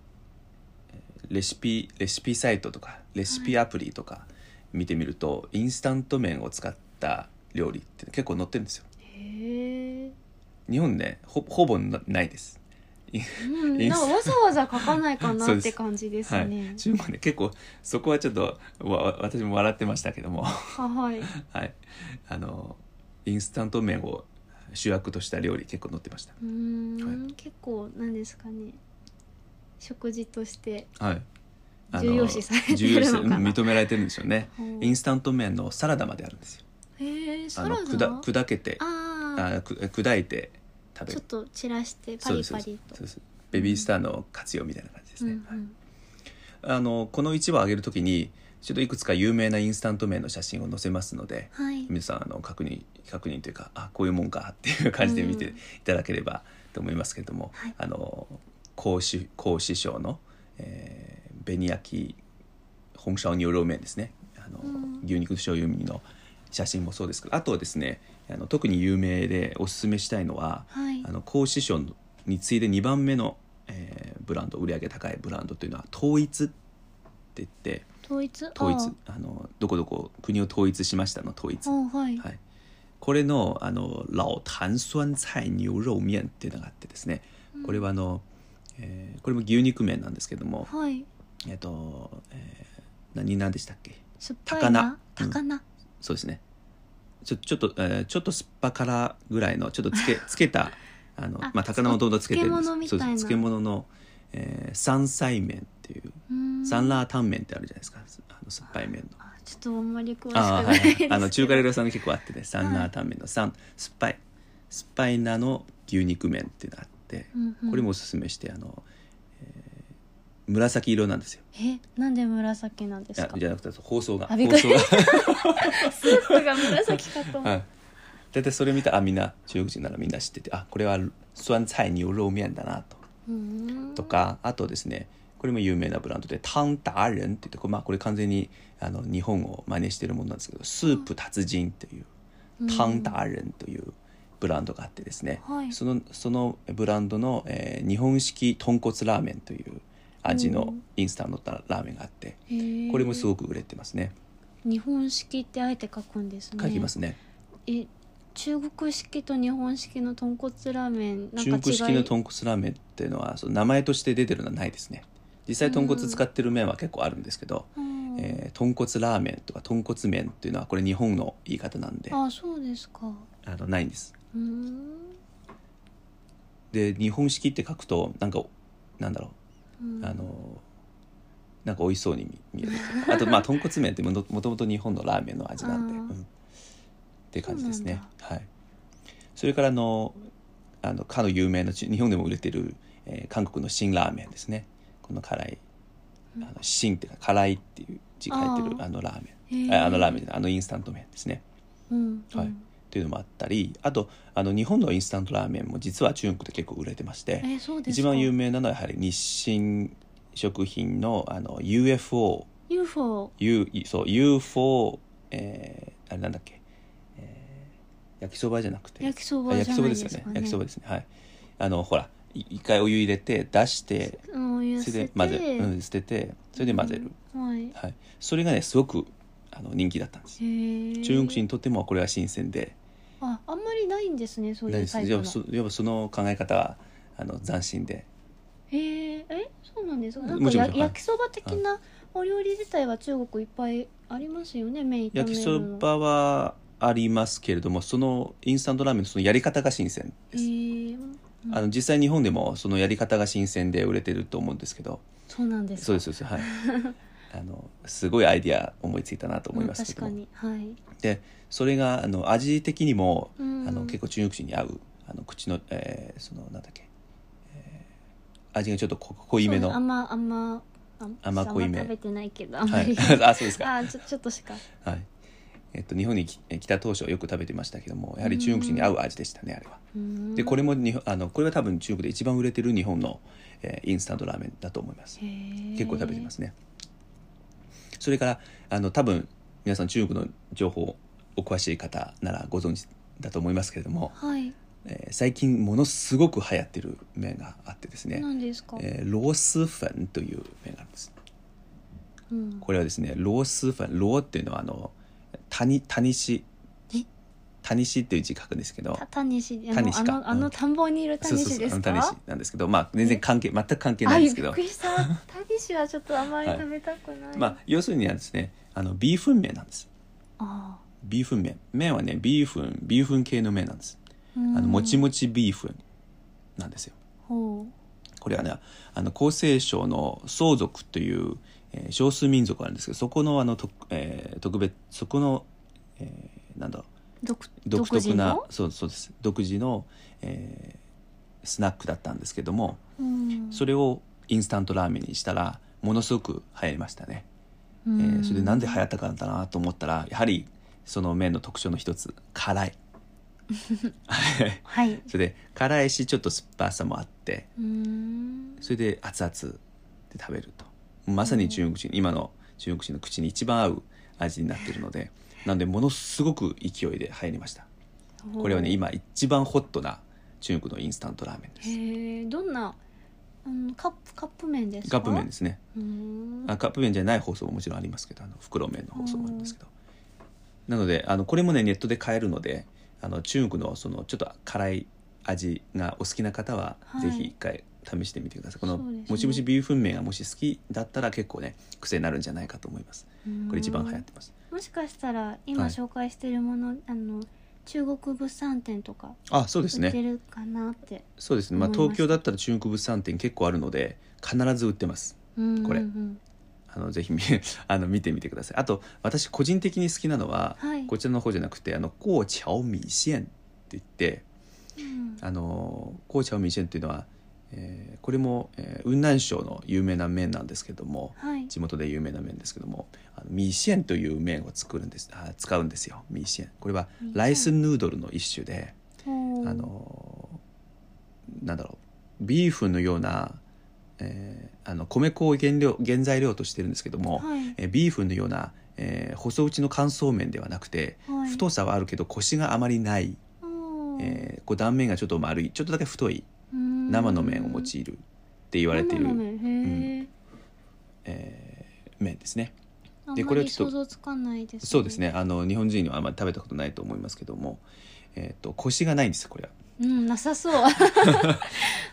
えーレシピレシピサイトとかレシピアプリとか見てみると、インスタント麺を使った料理って結構載ってるんですよ
へえ、
日本ねほほぼなないです
うん、
イン
なん
ス
かわざわざ書かないか
そう
なっ
です
て感じです
はい
ね、
中国ね結構そこはちょっとわわ私も笑ってましたけども
ははい
はいあのインスタント麺を主役とした料理結構載ってまし
うん、結構なんですかね食事として
たはいあの
重要視されてるのかな
重要視されうん認められてるんでしょうね
ほう
インスタント麺のサラダまであるんですよ
へえサ
あ
ラ
の
ダ
砕砕けて
あー
あく砕いて食べ
ちょっ
る
と散らしてパ
そうで
リ
すそ
パ
うです
リ
そう
と
ですベビースターの活用みたいな感じですね、
うんうん
あのこの1話上げるときにちょっといくつか有名なインスタント麺の写真を載せますので
はい
皆さんあの確認確認というかあこういうもんかっていう感じで見てい
うん
ただければと思いますけれども、
はい
あの孔子孔子匠の、えー、紅焼き本社牛肉麺ですねあの、
うん
牛肉醤油煮の写真もそうですけどあとはですねあの特に有名でおすすめしたいのは
はい
あの孔子匠に次いで2番目の、えーブランド売り上げ高いブランドというのは統一って言って
統一
統一あのどこどこ国を統一しましたの統一
あ。ーはい
はい、これのあの老炭酸菜牛肉麺っていうのがあってですね
うん
これはあの、えーこれも牛肉麺なんですけども、
はい
えっと、えー何何でしたっけ
酸っぱいな
高菜
高菜
そうですねちょちょっと、えーちょっと酸っぱ辛ぐらいのちょっ とつけつけたあの
あ
まあ、高菜をどんどんつけてるんです
漬物みたいな
そうです漬物の、えー、山菜麺っていう、
うん
サンラータン麺ってあるじゃないですかあの酸っぱい麺の。
あちょっとあんまり 詳しく
ああ
ない
は
です
いは
け
い、
ど
あの中華料理屋さんが結構あってねサンラータンメンのサン酸っぱい酸っぱいなの牛肉麺っていうのがあって
うんうん
これもおすすめしてあの、えー紫色なんですよ
えなんで紫なんで
い
す
や
か
じゃなくて包装が
あ
包
びっくり
装が
スープが紫か と思
は
う
い大体それ見たらあみんな中国人ならみんな知っててあこれは酸菜牛肉麺だなと
うん
とかあとですねこれも有名なブランドで「タンダーレン」って言ってこれ,、まあ、これ完全にあの日本を真似してるものなんですけど「スープ達人」という
うん
タンダーレンというブランドがあってですね、
はい
そのそのブランドの、えー日本式豚骨ラーメンという味のインスタントラーメンがあって、
へー
これもすごく売れてますね
日本式ってあえて書くんですね
書きますね
え中国式と日本式の豚骨ラーメンなんか違い
中国式の豚骨ラーメンっていうのはその名前として出てるのはないですね実際豚骨使ってる麺は結構あるんですけど、
うん
えー豚骨ラーメンとか豚骨麺っていうのはこれ日本の言い方なんであ
あそうですか
のないんです
うん
で日本式って書くとなんかなんだろう
うん
あのなんか美味しそうに見見えるというかあとまあ豚骨麺ってもともともと日本のラーメンの味なんで、
あー
うんって感じですね
そう
はいそれからあのあのかの有名なち日本でも売れてる、えー韓国の辛ラーメンですねこの辛い
うん
あの辛っていうか辛いっていう字書いてる
あー
あのラーメ
へ
ンああのラーメンじゃないあのインスタント麺ですね
うんうん
はいっていうのもあったりあとあの日本のインスタントラーメンも実は中国で結構売れてまして、
えそうですか
一番有名なのはやはり日清食品のあの UFO、
UFO
U、そう UFO、えー、あれなんだっけ、えー焼きそばじゃなくて
焼きそ
あ
ばじ
焼き
ゃ
そ
な
ば
い
で
ですす
よ
か
ね
ね
焼きそばですねはいあのほらい一回お湯入れて出して
うんお湯
そ
捨て
れで
て
混ぜ、うん、捨ててそれで混ぜる、
うんはい
はい、それがねすごくあの人気だったんです
へ
中国人にとってもこれは新鮮で
ああんまりないんですねそう
ない
い
で
う
す
タイ
い
プの
やそやっぱその考え方はあの斬新で
へええそうなんですなん
も
か
ちろん
や
はい
焼きそば的なお料理自体は中国いっぱいありますよね麺炒め
焼きそ
の
ばはありますけれどもそのインスタントラーメンのそのやり方が新鮮
へ
です、
えうん
あの実際日本でもそのやり方が新鮮で売れてると思うんですけど
そうなんです
そうですそうで すはいあのすごいアイディア思いついたなと思いますけ
確
ど
か
も
にはい
それがあの味的にも
あ
あの結
構
構中国人に合うあの口の、えーそのなんだっけ、えー味がちょっと濃濃いめの、
あんまあんまあん
甘濃いめ
私あんま食べてないけどあんま
は
り、
い、あそうですか、
あちょちょっとしか
はいえっと、日本にきえ来た当初はよく食べてましたけどもやはり中国人に合う味でしたねあれはで
で
これ
も
も日本あのこれは多分中国で一番売れてる日本の、えーインスタントラーメンだと思います結
結
構食べてますすねそれからあの多分皆さん中国の情報お詳しい方ならご存知だと思いますけれども、
はい
えー最近ものすごく流行ってる麺があってですね、
何ですか、
えーロースファンという麺があるんです
うん、
これはですねロースファンローっていうのはあの谷谷市
え
谷市っていう字書くんですけど
たタニシあ
タニシ
のあ
か
のあの田んぼにいるタニシで
あ
す
の
か
谷市なんですけどまあ全然関係全く関係ないんですけ
あ
ど
びっくりしたタニシはちょっとあまり食べたくない、
まあ要するにはですねあのビーフン麺なんです
あ
ビーフン麺麺はねビーフンビーフン系の麺なんです
あ
あのもち
も
もちビーフンなんですよ
ほう
これはねあの厚生省の相族という、えー少数民族があるんですけどそこのあのと、えー特別そこの、えーなんだろう
独
独特な
独
そうそうです独自の、えースナックだったんですけども、
自の
それをインスタントラーメンにしたらものすごく流行りましたね、
うん
えーそれでなんで流行ったかだなと思ったらやはりその麺の特徴の一つ辛いはい
はい
それで辛いしちょっと酸っぱさもあって
うん
それで熱々で食べるとまさに中国人、今の中国人の口に一番合う味になってるのでなんでものすごく勢いで流行りましたこれはね今一番ホットな中国のインスタントラーメンです
へえどんなあのカップカップ麺です
カッ
か
プ麺ですすね
うん
あカップ麺じゃない放送ももちろんありますけどあの袋麺の放送もあるんですけどなのであのこれもねネットで買えるのであの中国のそのちょっと辛い味がお好きな方は、
はい
ぜひ一回試してみてくださいこの
そうですね
もちもちビーフン麺がもし好きだったら結構ね癖になるんじゃないかと思いますこれ一番流行ってます
もしかしたら今
はい
紹介してるもの、あの中国物産展とか
あそうです
売って
ね
るかなって、
そうですね、まあ、
思いました
東京だったら中国物産展結構あるので必ず売ってます
うんうんうん
これあのぜひみあの見 てみてくださいあと私個人的に好きなのは、
はい
こちらの方じゃなくてあの高橋米線って言って
うん
あの高橋米線っていうのは、えーこれも、えー雲南省の有名な麺なんですけども
はい
地元で有名な麺ですけどもあの米線という麺を作るんですあ使うんですよ米線これは
米線
ライスヌードルの一種で
ほう
あのなんだろうビーフンのような、えーあの米粉を原料原材料としてるんですけども、
はい
えービーフンのような、えー細打ちの乾燥麺ではなくて、
はい
太さはあるけどコシがあまりない、
うん
えーこう断面がちょっと丸いちょっとだけ太い生の麺を用
うん
いるって言われて
生の
る、
麺へえ
えー麺ですね。
あん
で
ま
これは
り
ちょっ
想
と
像つかないです、
そうですねあの日本人にはあんまり食べたことないと思いますけども、えー、とコシがないんですよこれは。
うんなさそう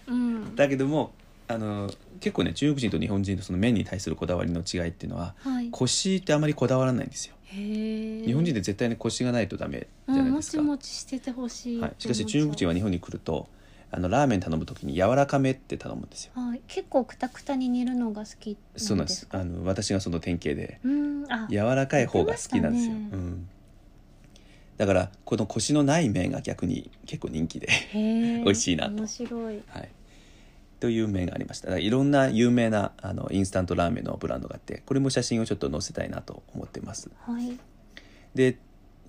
うん
だけどもあの結構ね中国人と日本人とその麺に対するこだわりの違いっていうのは
はい
コシってあまりこだわらないんですよ。
へえ
日本人って絶対にコシがないとダメじゃないですか。
うん、もちもちしててほしい、
はい、しかし中国人
は
は日本に来るとあのラーメン頼む時に柔らかめって頼むんですよ。
はい結構くたくたに煮るのが好き
そうなんです
か
あの私がその典型で
うんあ
柔らかい方が好きなんですよ。
言って
う
ま
ん、だからこのコシのない麺が逆に結構人気で、
へえ
美味しいなと
面白い
はい、という麺がありましただからいろんな有名なあのインスタントラーメンのブランドがあってこれも写真をちょっと載せたいなと思ってます。
はい
で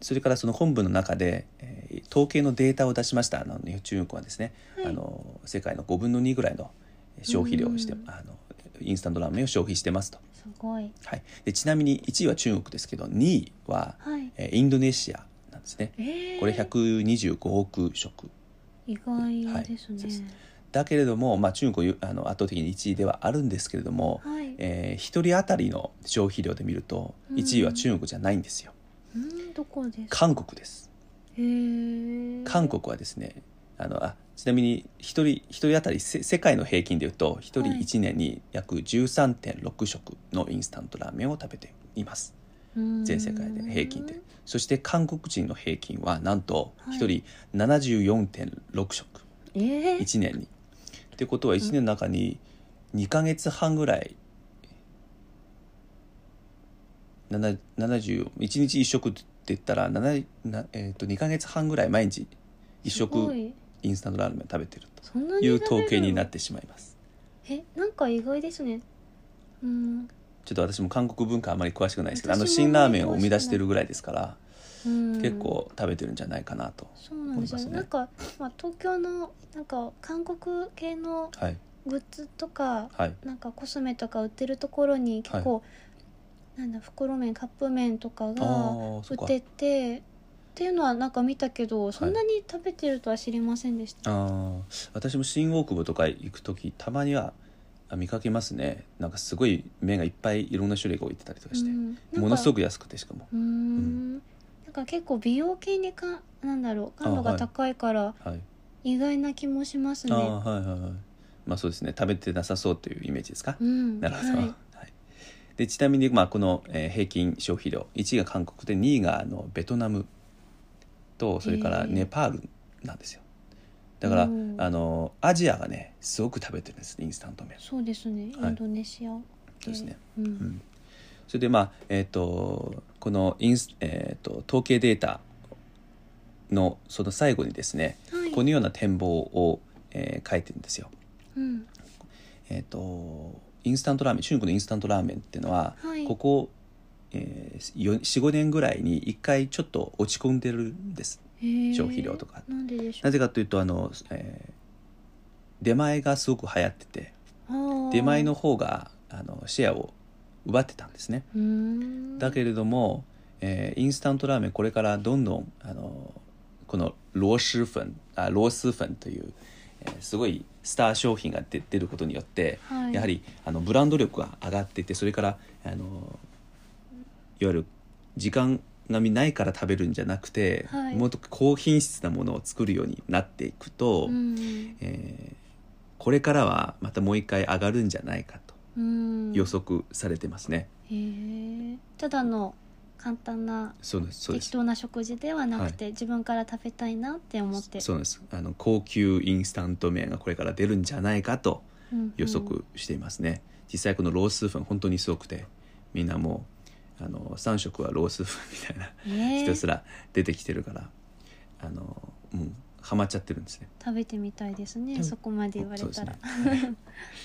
それからその本部の中で、えー統計のデータを出しましたあの中国はですね、
はい
あの世界の5分の2ぐらいの消費量をして
うん
あのインスタントラーメンを消費してますと、
すごい
はい、でちなみに1位は中国ですけど2位は、
はい
えーインドネシアなんですね
えー、
これ125億食
意外ですね、
はいですだけれども、まあ、中国あの圧倒的に1位ではあるんですけれども、
はい。
えー、1人当たりの消費量で見ると
うん
1位は中国じゃないんですよ、
うん、どこですか。
韓国です
へえ。
韓。国はですねあのあちなみに1人一人当たりせ世界の平均でいうと1人
はい
1年に約13.6食のインスタントラーメンを食べています全世界で平均で。そして韓国人の平均はなんと
はい
1人74.6食、
ええ。
1年に。ってことは1年の中に2ヶ月半ぐらい7 70 1日1食って言ったら7な、えー、と2ヶ月半ぐらい毎日1
すご
食
い。
インスタントラーメン食べてる
そんな
と
に
いう統計にな
っ
ってしまいます。
え、なんか意外ですね。うん。
ちょっと私も韓国文化あまり詳しくないですけどあの
私も
辛ラーメンを生み出してるぐらいですから
うん
結。構食べてるんじゃないかなと。
そうなんですよ、
思いますね
なんか、まあ、東京のなんか韓国系の
はい、
グッズとか
はい
なんかコスメとか売ってるところに結構、なんだ袋麺カップ麺とか
あ
が
ー
売
そっか
っててっていうのはなんか見たけどそんなに食べてるとは知りませんでした、
あー私も新大久保とか行く時たまにはあ見かけますねなんかすごい麺がいっぱいいろんな種類が置いてたりとかして、
うん
ものすご
く
く安くてしかも
うーん、なんか結構美容系にかなんだろう感度
あは
が
い
高いから
はい
意外な気もします
あ
ね、
ーはいはいはいまあそうですね食べてなさそうというイメージですか、
うん
なるほど、
は
はいいでちなみに、まあ、この、えー平均消費量1位が韓国で2位があのベトナムとそれから
へー
ネパールなんですよだから、
うん
あのアジアがねすごく食べてるんですインスタント麺
そうですねイ
はい
ンドネシア、
そうですね
うん
うんそれでまあえっ、とこのインス、えー、と統計データのその最後にですね
はい
このような展望を、えー書いてるんですよ。
うん
えっ、とインスタントラーメン中国のインスタントラーメンっていうのは、
はい
ここ、えー、45年ぐらいに1回ちょっと落ち込んでるんです。消費量とか
へーなんででしょ
な
う
ぜかというとあの、えー出前がすごく流行ってて
あー
出前の方があのシェアを奪ってたんですね。
うーん
だけれども、えーインスタントラーメンこれからどんどんあのこのロース粉あロース粉という、えーすごいスター商品が出出ることによって、
はい
やはりあのブランド力が上がっていてそれからあのいわゆる時間がないから食べるんじゃなくて、
はい
もっと高品質なものを作るようになっていくと、
うん
えーこれからはまたもう一回上がるんじゃないかと
うん
予測されてますね。
へーただの簡単な
そうですそうです
適当な食事ではなくて、自分から食べたいなって思って
そうなんですあの高級インスタント麺がこれから出るんじゃないかと
うんうん
予測していますね、実際このロースーフン本当にすごくてみんなもうあの3食はロースーフンみたいな、
え
ひ
ー
たすら出てきてるからあのもうハマっちゃってるんですね
食べてみたいです
う
ね
ん
そこまで言われ
そうです
たら
ね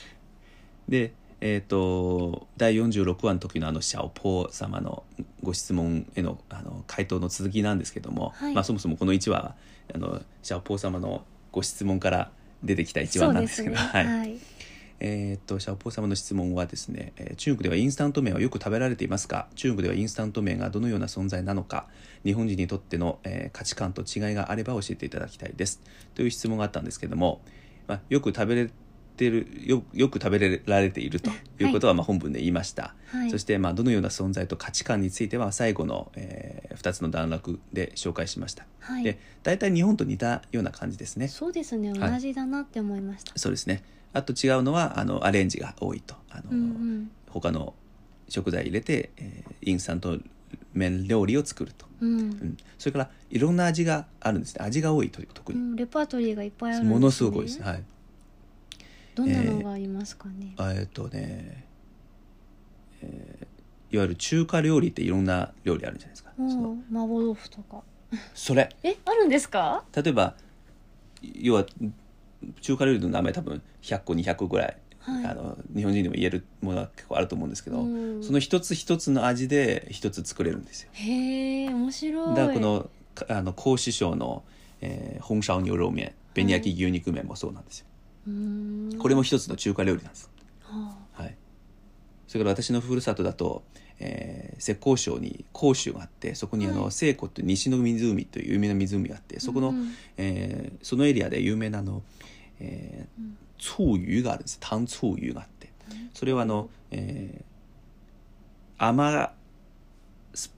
でえっ、と第46話の時のあのシャオポー様のご質問へのあの回答の続きなんですけども、
はい
まあ、そもそもこの1話はあのシャオポー様のご質問から出てきた1話なんですけど
そう
はい
はい
えーっとシャオポー様の質問はですね、えー中国ではインスタント麺はよく食べられていますか中国ではインスタント麺がどのような存在なのか日本人にとっての、えー価値観と違いがあれば教えていただきたいですという質問があったんですけども、まあ、よく食べれてるよよく食べられているということは、まあ、本文で言いました、
はい
そして、まあ、どのような存在と価値観については最後の、え2つの段落で紹介しました、
はい
で大体日本と似たような感じですね
そうですね
はい
同じだなって思いました、
そうですねあと違うのはあのアレンジが多いとあの、
うんうん
他の食材入れて、えーインスタント麺料理を作ると、
うん
うん、それからいろんな味があるんですね味が多いという特
う
に、
んレパートリーがいっぱいあるんです、ね、
ものすごく多いですねはい
どんなのがありますかね、
あえっとね、えーいわゆる中華料理っていろんな料理あるじゃないですか、
う
そ
ん
の
麻婆豆腐とか
それ
えあるんですか
例えば要は中華料理の名前多分100個200個ぐらい、
はい
あの日本人でも言えるものは結構あると思うんですけど、
うん
その一つ一つの味で一つ作れるんですよ
へえ面白い
だからこのかあの孔師匠の、えー、本烧牛肉麺紅焼き牛肉麺もそうなんですよ、
うーん
これも一つの中華料理なんです、
は
はい、それから私のふるさとだと、えー、浙江省に広州があってそこにあの
はい
西湖っていう西の湖という有名な湖があって
あ
そこの、
うんうん
えーそのエリアで有名なあの、えー
うん
醋油があるんです炭醋油があって
うん
それはあの、えー甘酸っ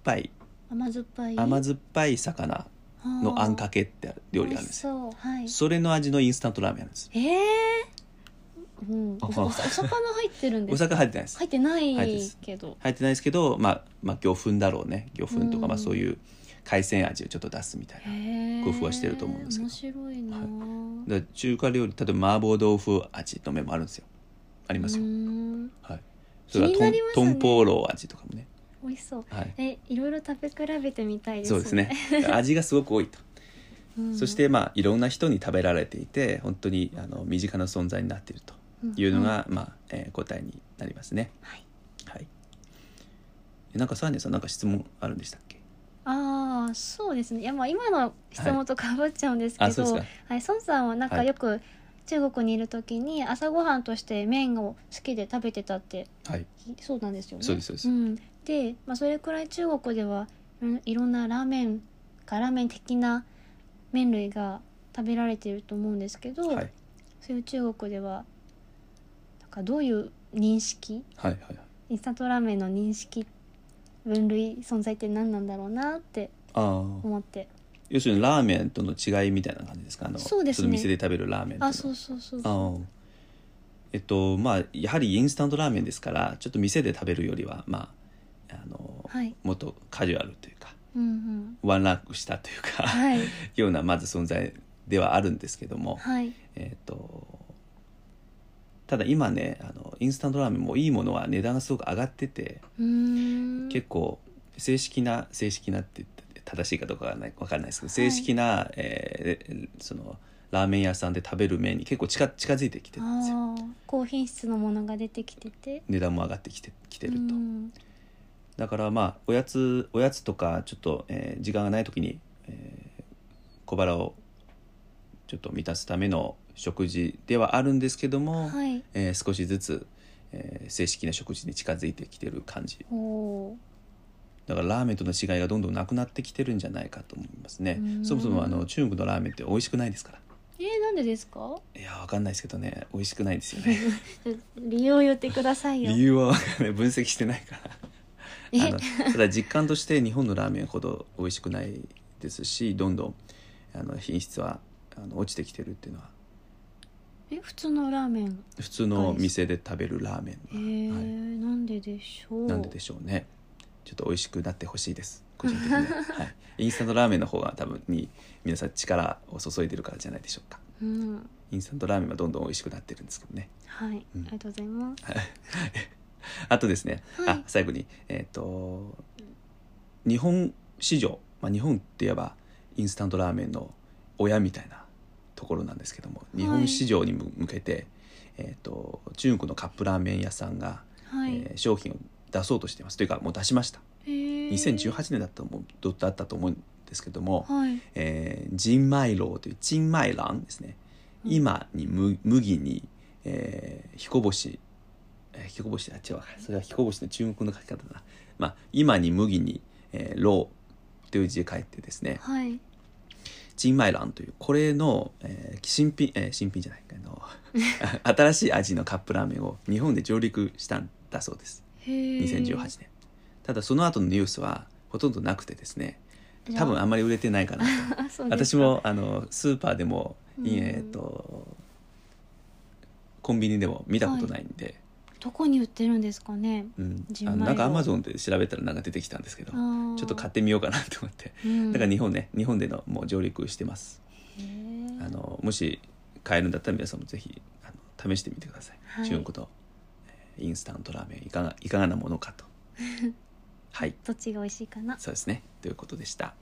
ぱい
甘酸っぱい
甘酸っぱい魚のあんかけってある料理があるんですよ
よ。はい。
それの味のインスタントラーメンなんです
ええー。うん。お
あ
おお魚入ってるんで
お
すか。
酒入ってないです
入ってな
入ってないで
い
す
けど。
入ってないですけど、まあ、まあ魚粉だろうね魚粉と
う
か
ん
まあそういう海鮮味をちょっと出すみたい
へえ。
工夫はしてると思うんですけど
面白いな。
は
あ
いなで中華料理例えば麻婆豆腐味の麺もあるんですよありますよ、
ん。
はいそれ
気に
か
な
ら
ります
ト
ね
ンポーロー味とかもね
美味しそう。
はい
え、いろいろ食べ比べてみたいです。
そうですね。 味がすごく多いと
うん
そし、てまあいろんな人に食べられていて本当にあの身近な存在になっていると
ん
いうの。が、まあえー答えになりますね。
はい。
はい、えなんかサーニャさんなんか質問あるんでしたっけ
ああ、そうですね。いや、まあ、今の質問とかぶっちゃうんですけ
あそう
ど。
で
は
す
い、孫さんはなん
は
か
い
よく。中国にいる時に朝ごはんとして麺を好きで食べてたって
かはい
そうなんですよね。
そうですそうです
ん、で、まあ、それくらい中国ではうんいろんなラーメンかラーメン的な麺類が食べられていると思うんですけど、
はい
そういう中国ではなんかどういう認識
はいはい
インスタントラーメンの認識分類存在って何なんだろうなって
ああ
思って
要するにラーメンとの違いみたいな感じですかあの
そうですね
の店で食べるラーメンとの
あそうそうそう
あーえっとまあやはりインスタントラーメンですからちょっと店で食べるよりはまああの、
はい
もっとカジュアルというか
うんうん
ワンランクしたというか、
はい
ようなまず存在ではあるんですけども、
はい
えっ、とただ今ねあのインスタントラーメンもいいものは値段がすごく上がってて、
うーん
結構正式な正式なって言って正しいかどうかはないわかんないですけど、
はい
正式な、えーそのラーメン屋さんで食べる麺に結構近近づいてきてるんですよ
ああ高品質のものが出てきてて
値段も上がってきてきてると、
うん
だからまあおやつおやつとかちょっと、えー時間がない時に、えー小腹をちょっと満たすための食事ではあるんですけども、
はい
えー少しずつ、えー正式な食事に近づいてきてる感じ
おお
だからラーメンとの違いがどんどんなくなってきてるんじゃないかと思いますね
うん
そもそもあの中国のラーメンって美味しくないですか
えー、なんでですか？
らいやわかんないですけどね美味しくないですよね
理由を言ってくださいよ。
理由はわかんない分析してないから
え
あのただ実感として日本のラーメンほど美味しくないですしどんどんあの品質はあの落ちてきてるっていうのは
え普通のラーメン。
普通の店で食べるラーメ
え
ン
ー
は、はい
なんででしょう。
なんででしょうねちょっと美味しくなってほしいです個人的 には、はい、インスタントラーメンの方が多分に皆さん力を注いでるからじゃないでしょうか
うん
インスタントラーメンはどんどん美味しくなってるんですけどね
はい、
うん
ありがとうございます。
あとですね、
はい
あ最後にえっ、と日本市場、まあ、日本って言えばインスタントラーメンの親みたいなところなんですけども
い
日本市場にむ向けて、えっ、と中国のカップラーメン屋さんが、
はい。
えー商品を出そうとしていますというかもう出しました
えー
2018年だったと思うだったと思うんですけども、
はい。
えー、ジンマイローというジンマイランですね
うん
今にむ麦に、えー、彦星、えー、彦星あ違うそれは彦星の中国の書き方だな、まあ、今に麦に、えー、ローという字で書いてですね
はい。
ジンマイランというこれの、えー新品、えー新品じゃないあ の新しい味のカップラーメンを日本で上陸したんだそうです
へー
2018年ただその後のニュースはほとんどなくてですね
じゃあ
多分あんまり売れてないかなと
あ そうですか
私もあのスーパーでも、
うん
えっとコンビニでも見たことないんで、
どこに売ってるんですかね。
うん
ジ、ン
あ
マイロ
のなんかアマゾンで調べたらなんか出てきたんですけど
ち
ちょ
ょ
っと買ってみようかなと思って、
うん、
だから日本ね日本でのもう上陸してます、
へー
あのもし買えるんだったら皆さんもぜひあの試してみてください、
はい
中国のえーインスタントラーメンいかがいかがなもの かとはい
どっちが美味しいかな。
そうですねということでした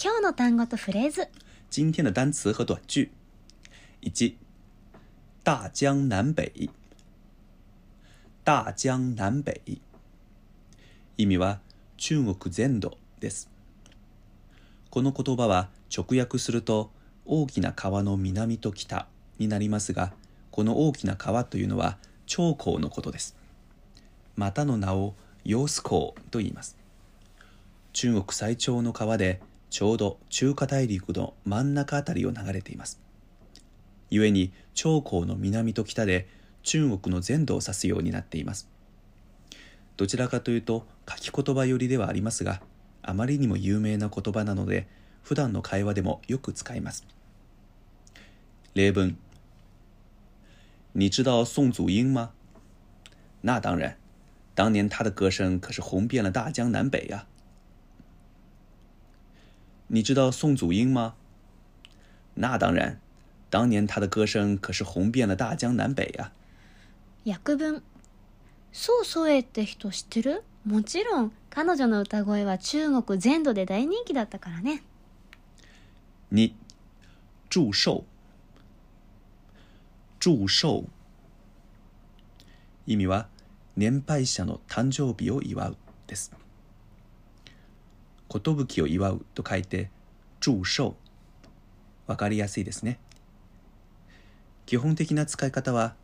今日の単語とフレーズ。
今天的单词和短句。1. 大江南北。大江南北。意味は中国全土です。この言葉は直訳すると大きな川の南と北になりますが、この大きな川というのは長江のことです。またの名を揚子江と言います。中国最長の川でちょうど中華大陸の真ん中あたりを流れています故に長江の南と北で中国の全土を指すようになっていますどちらかというと書き言葉寄りではありますがあまりにも有名な言葉なので普段の会話でもよく使います例文你知道宋祖英吗那当然当年他的歌声可是红遍了大江南北呀、你知道宋祖英吗？那当然，当年他的歌声可是红遍了大江南北啊呀、
訳文そうそうえって人知ってるもちろん彼女の歌声は中国全土で大人気だったからね
你祝寿，祝寿。意味は年配者の誕生日を祝うです。寿を祝うと書いて祝寿。わかりやすいですね。基本的な使い方は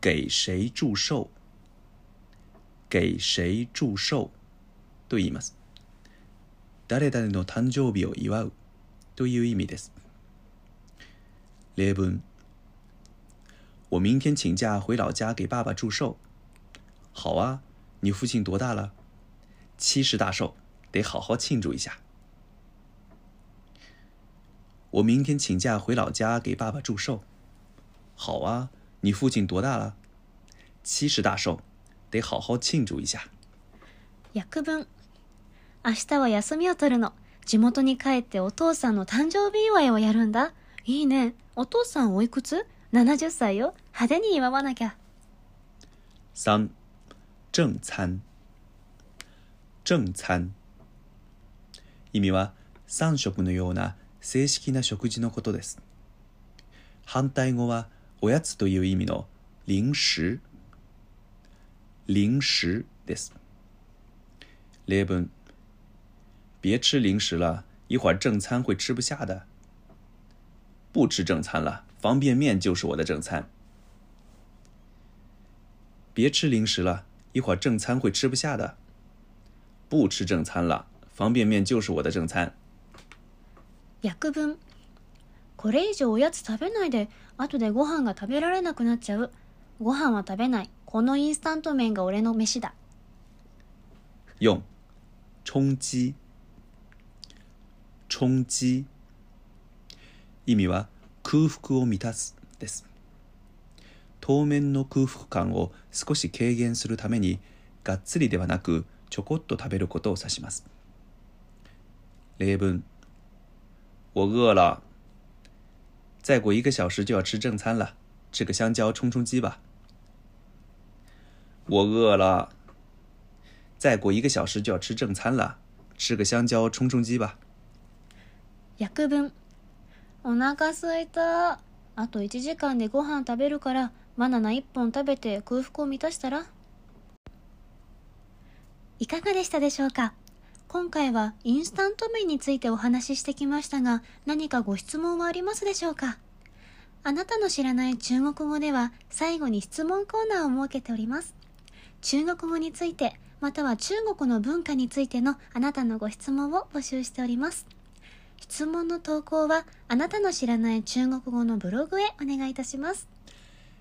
给谁祝寿。给谁祝寿と言います。誰々の誕生日を祝うという意味です。例文。我明天请假回老家给爸爸祝寿。好啊，你父亲多大了？七十大寿，得好好庆祝一下。我明天请假回老家给爸爸祝寿。好啊，你父亲多大了？七十大寿，得好好庆祝一下。
訳文明日は休みを取るの地元に帰ってお父さんの誕生日祝いをやるんだいいねお父さんおいくつ ?70 歳よ派手に祝わなきゃ
三、正餐。正餐。意味は三食のような正式な食事のことです。反対語はおやつという意味の零食。零食です。例文。别吃零食了，一会儿正餐会吃不下的。不吃正餐了，方便面就是我的正餐。别吃零食了，一会儿正餐会吃不下的。不吃正餐了，方便面就是我的正餐。
訳文これ以上おやつ食べないで後でご飯が食べられなくなっちゃうご飯は食べないこのインスタント麺が俺の飯だ
用充饥。充饥。意味は空腹を満たすです。当面の空腹感を少し軽減するために、がっつりではなくちょこっと食べることを指します。例文：我饿了。再过一个小时就要吃正餐了，吃个香蕉充充饥吧。我饿了。再过一个小时就要吃正餐了，吃个香蕉充充饥吧。
訳文お腹すいたあと1時間でご飯食べるからバナナ1本食べて空腹を満たしたらいかがでしたでしょうか今回はインスタント麺についてお話ししてきましたが何かご質問はありますでしょうかあなたの知らない中国語では最後に質問コーナーを設けております中国語についてまたは中国の文化についてのあなたのご質問を募集しております質問の投稿はあなたの知らない中国語のブログへお願いいたします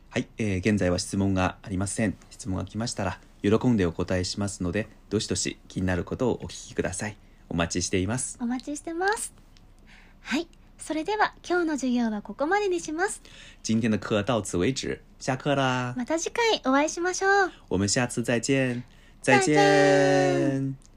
はい、えー現在は質問がありません。質問が来ましたら喜んでお答えしますので、どしどし気になることをお聞きください。お待ちしています。
お待ちしてますはいそれでは今日の授業はここまでにします
今天的课到此为止，下课啦，
また次回お会いしましょう
我们下次再见，
再
再
见
见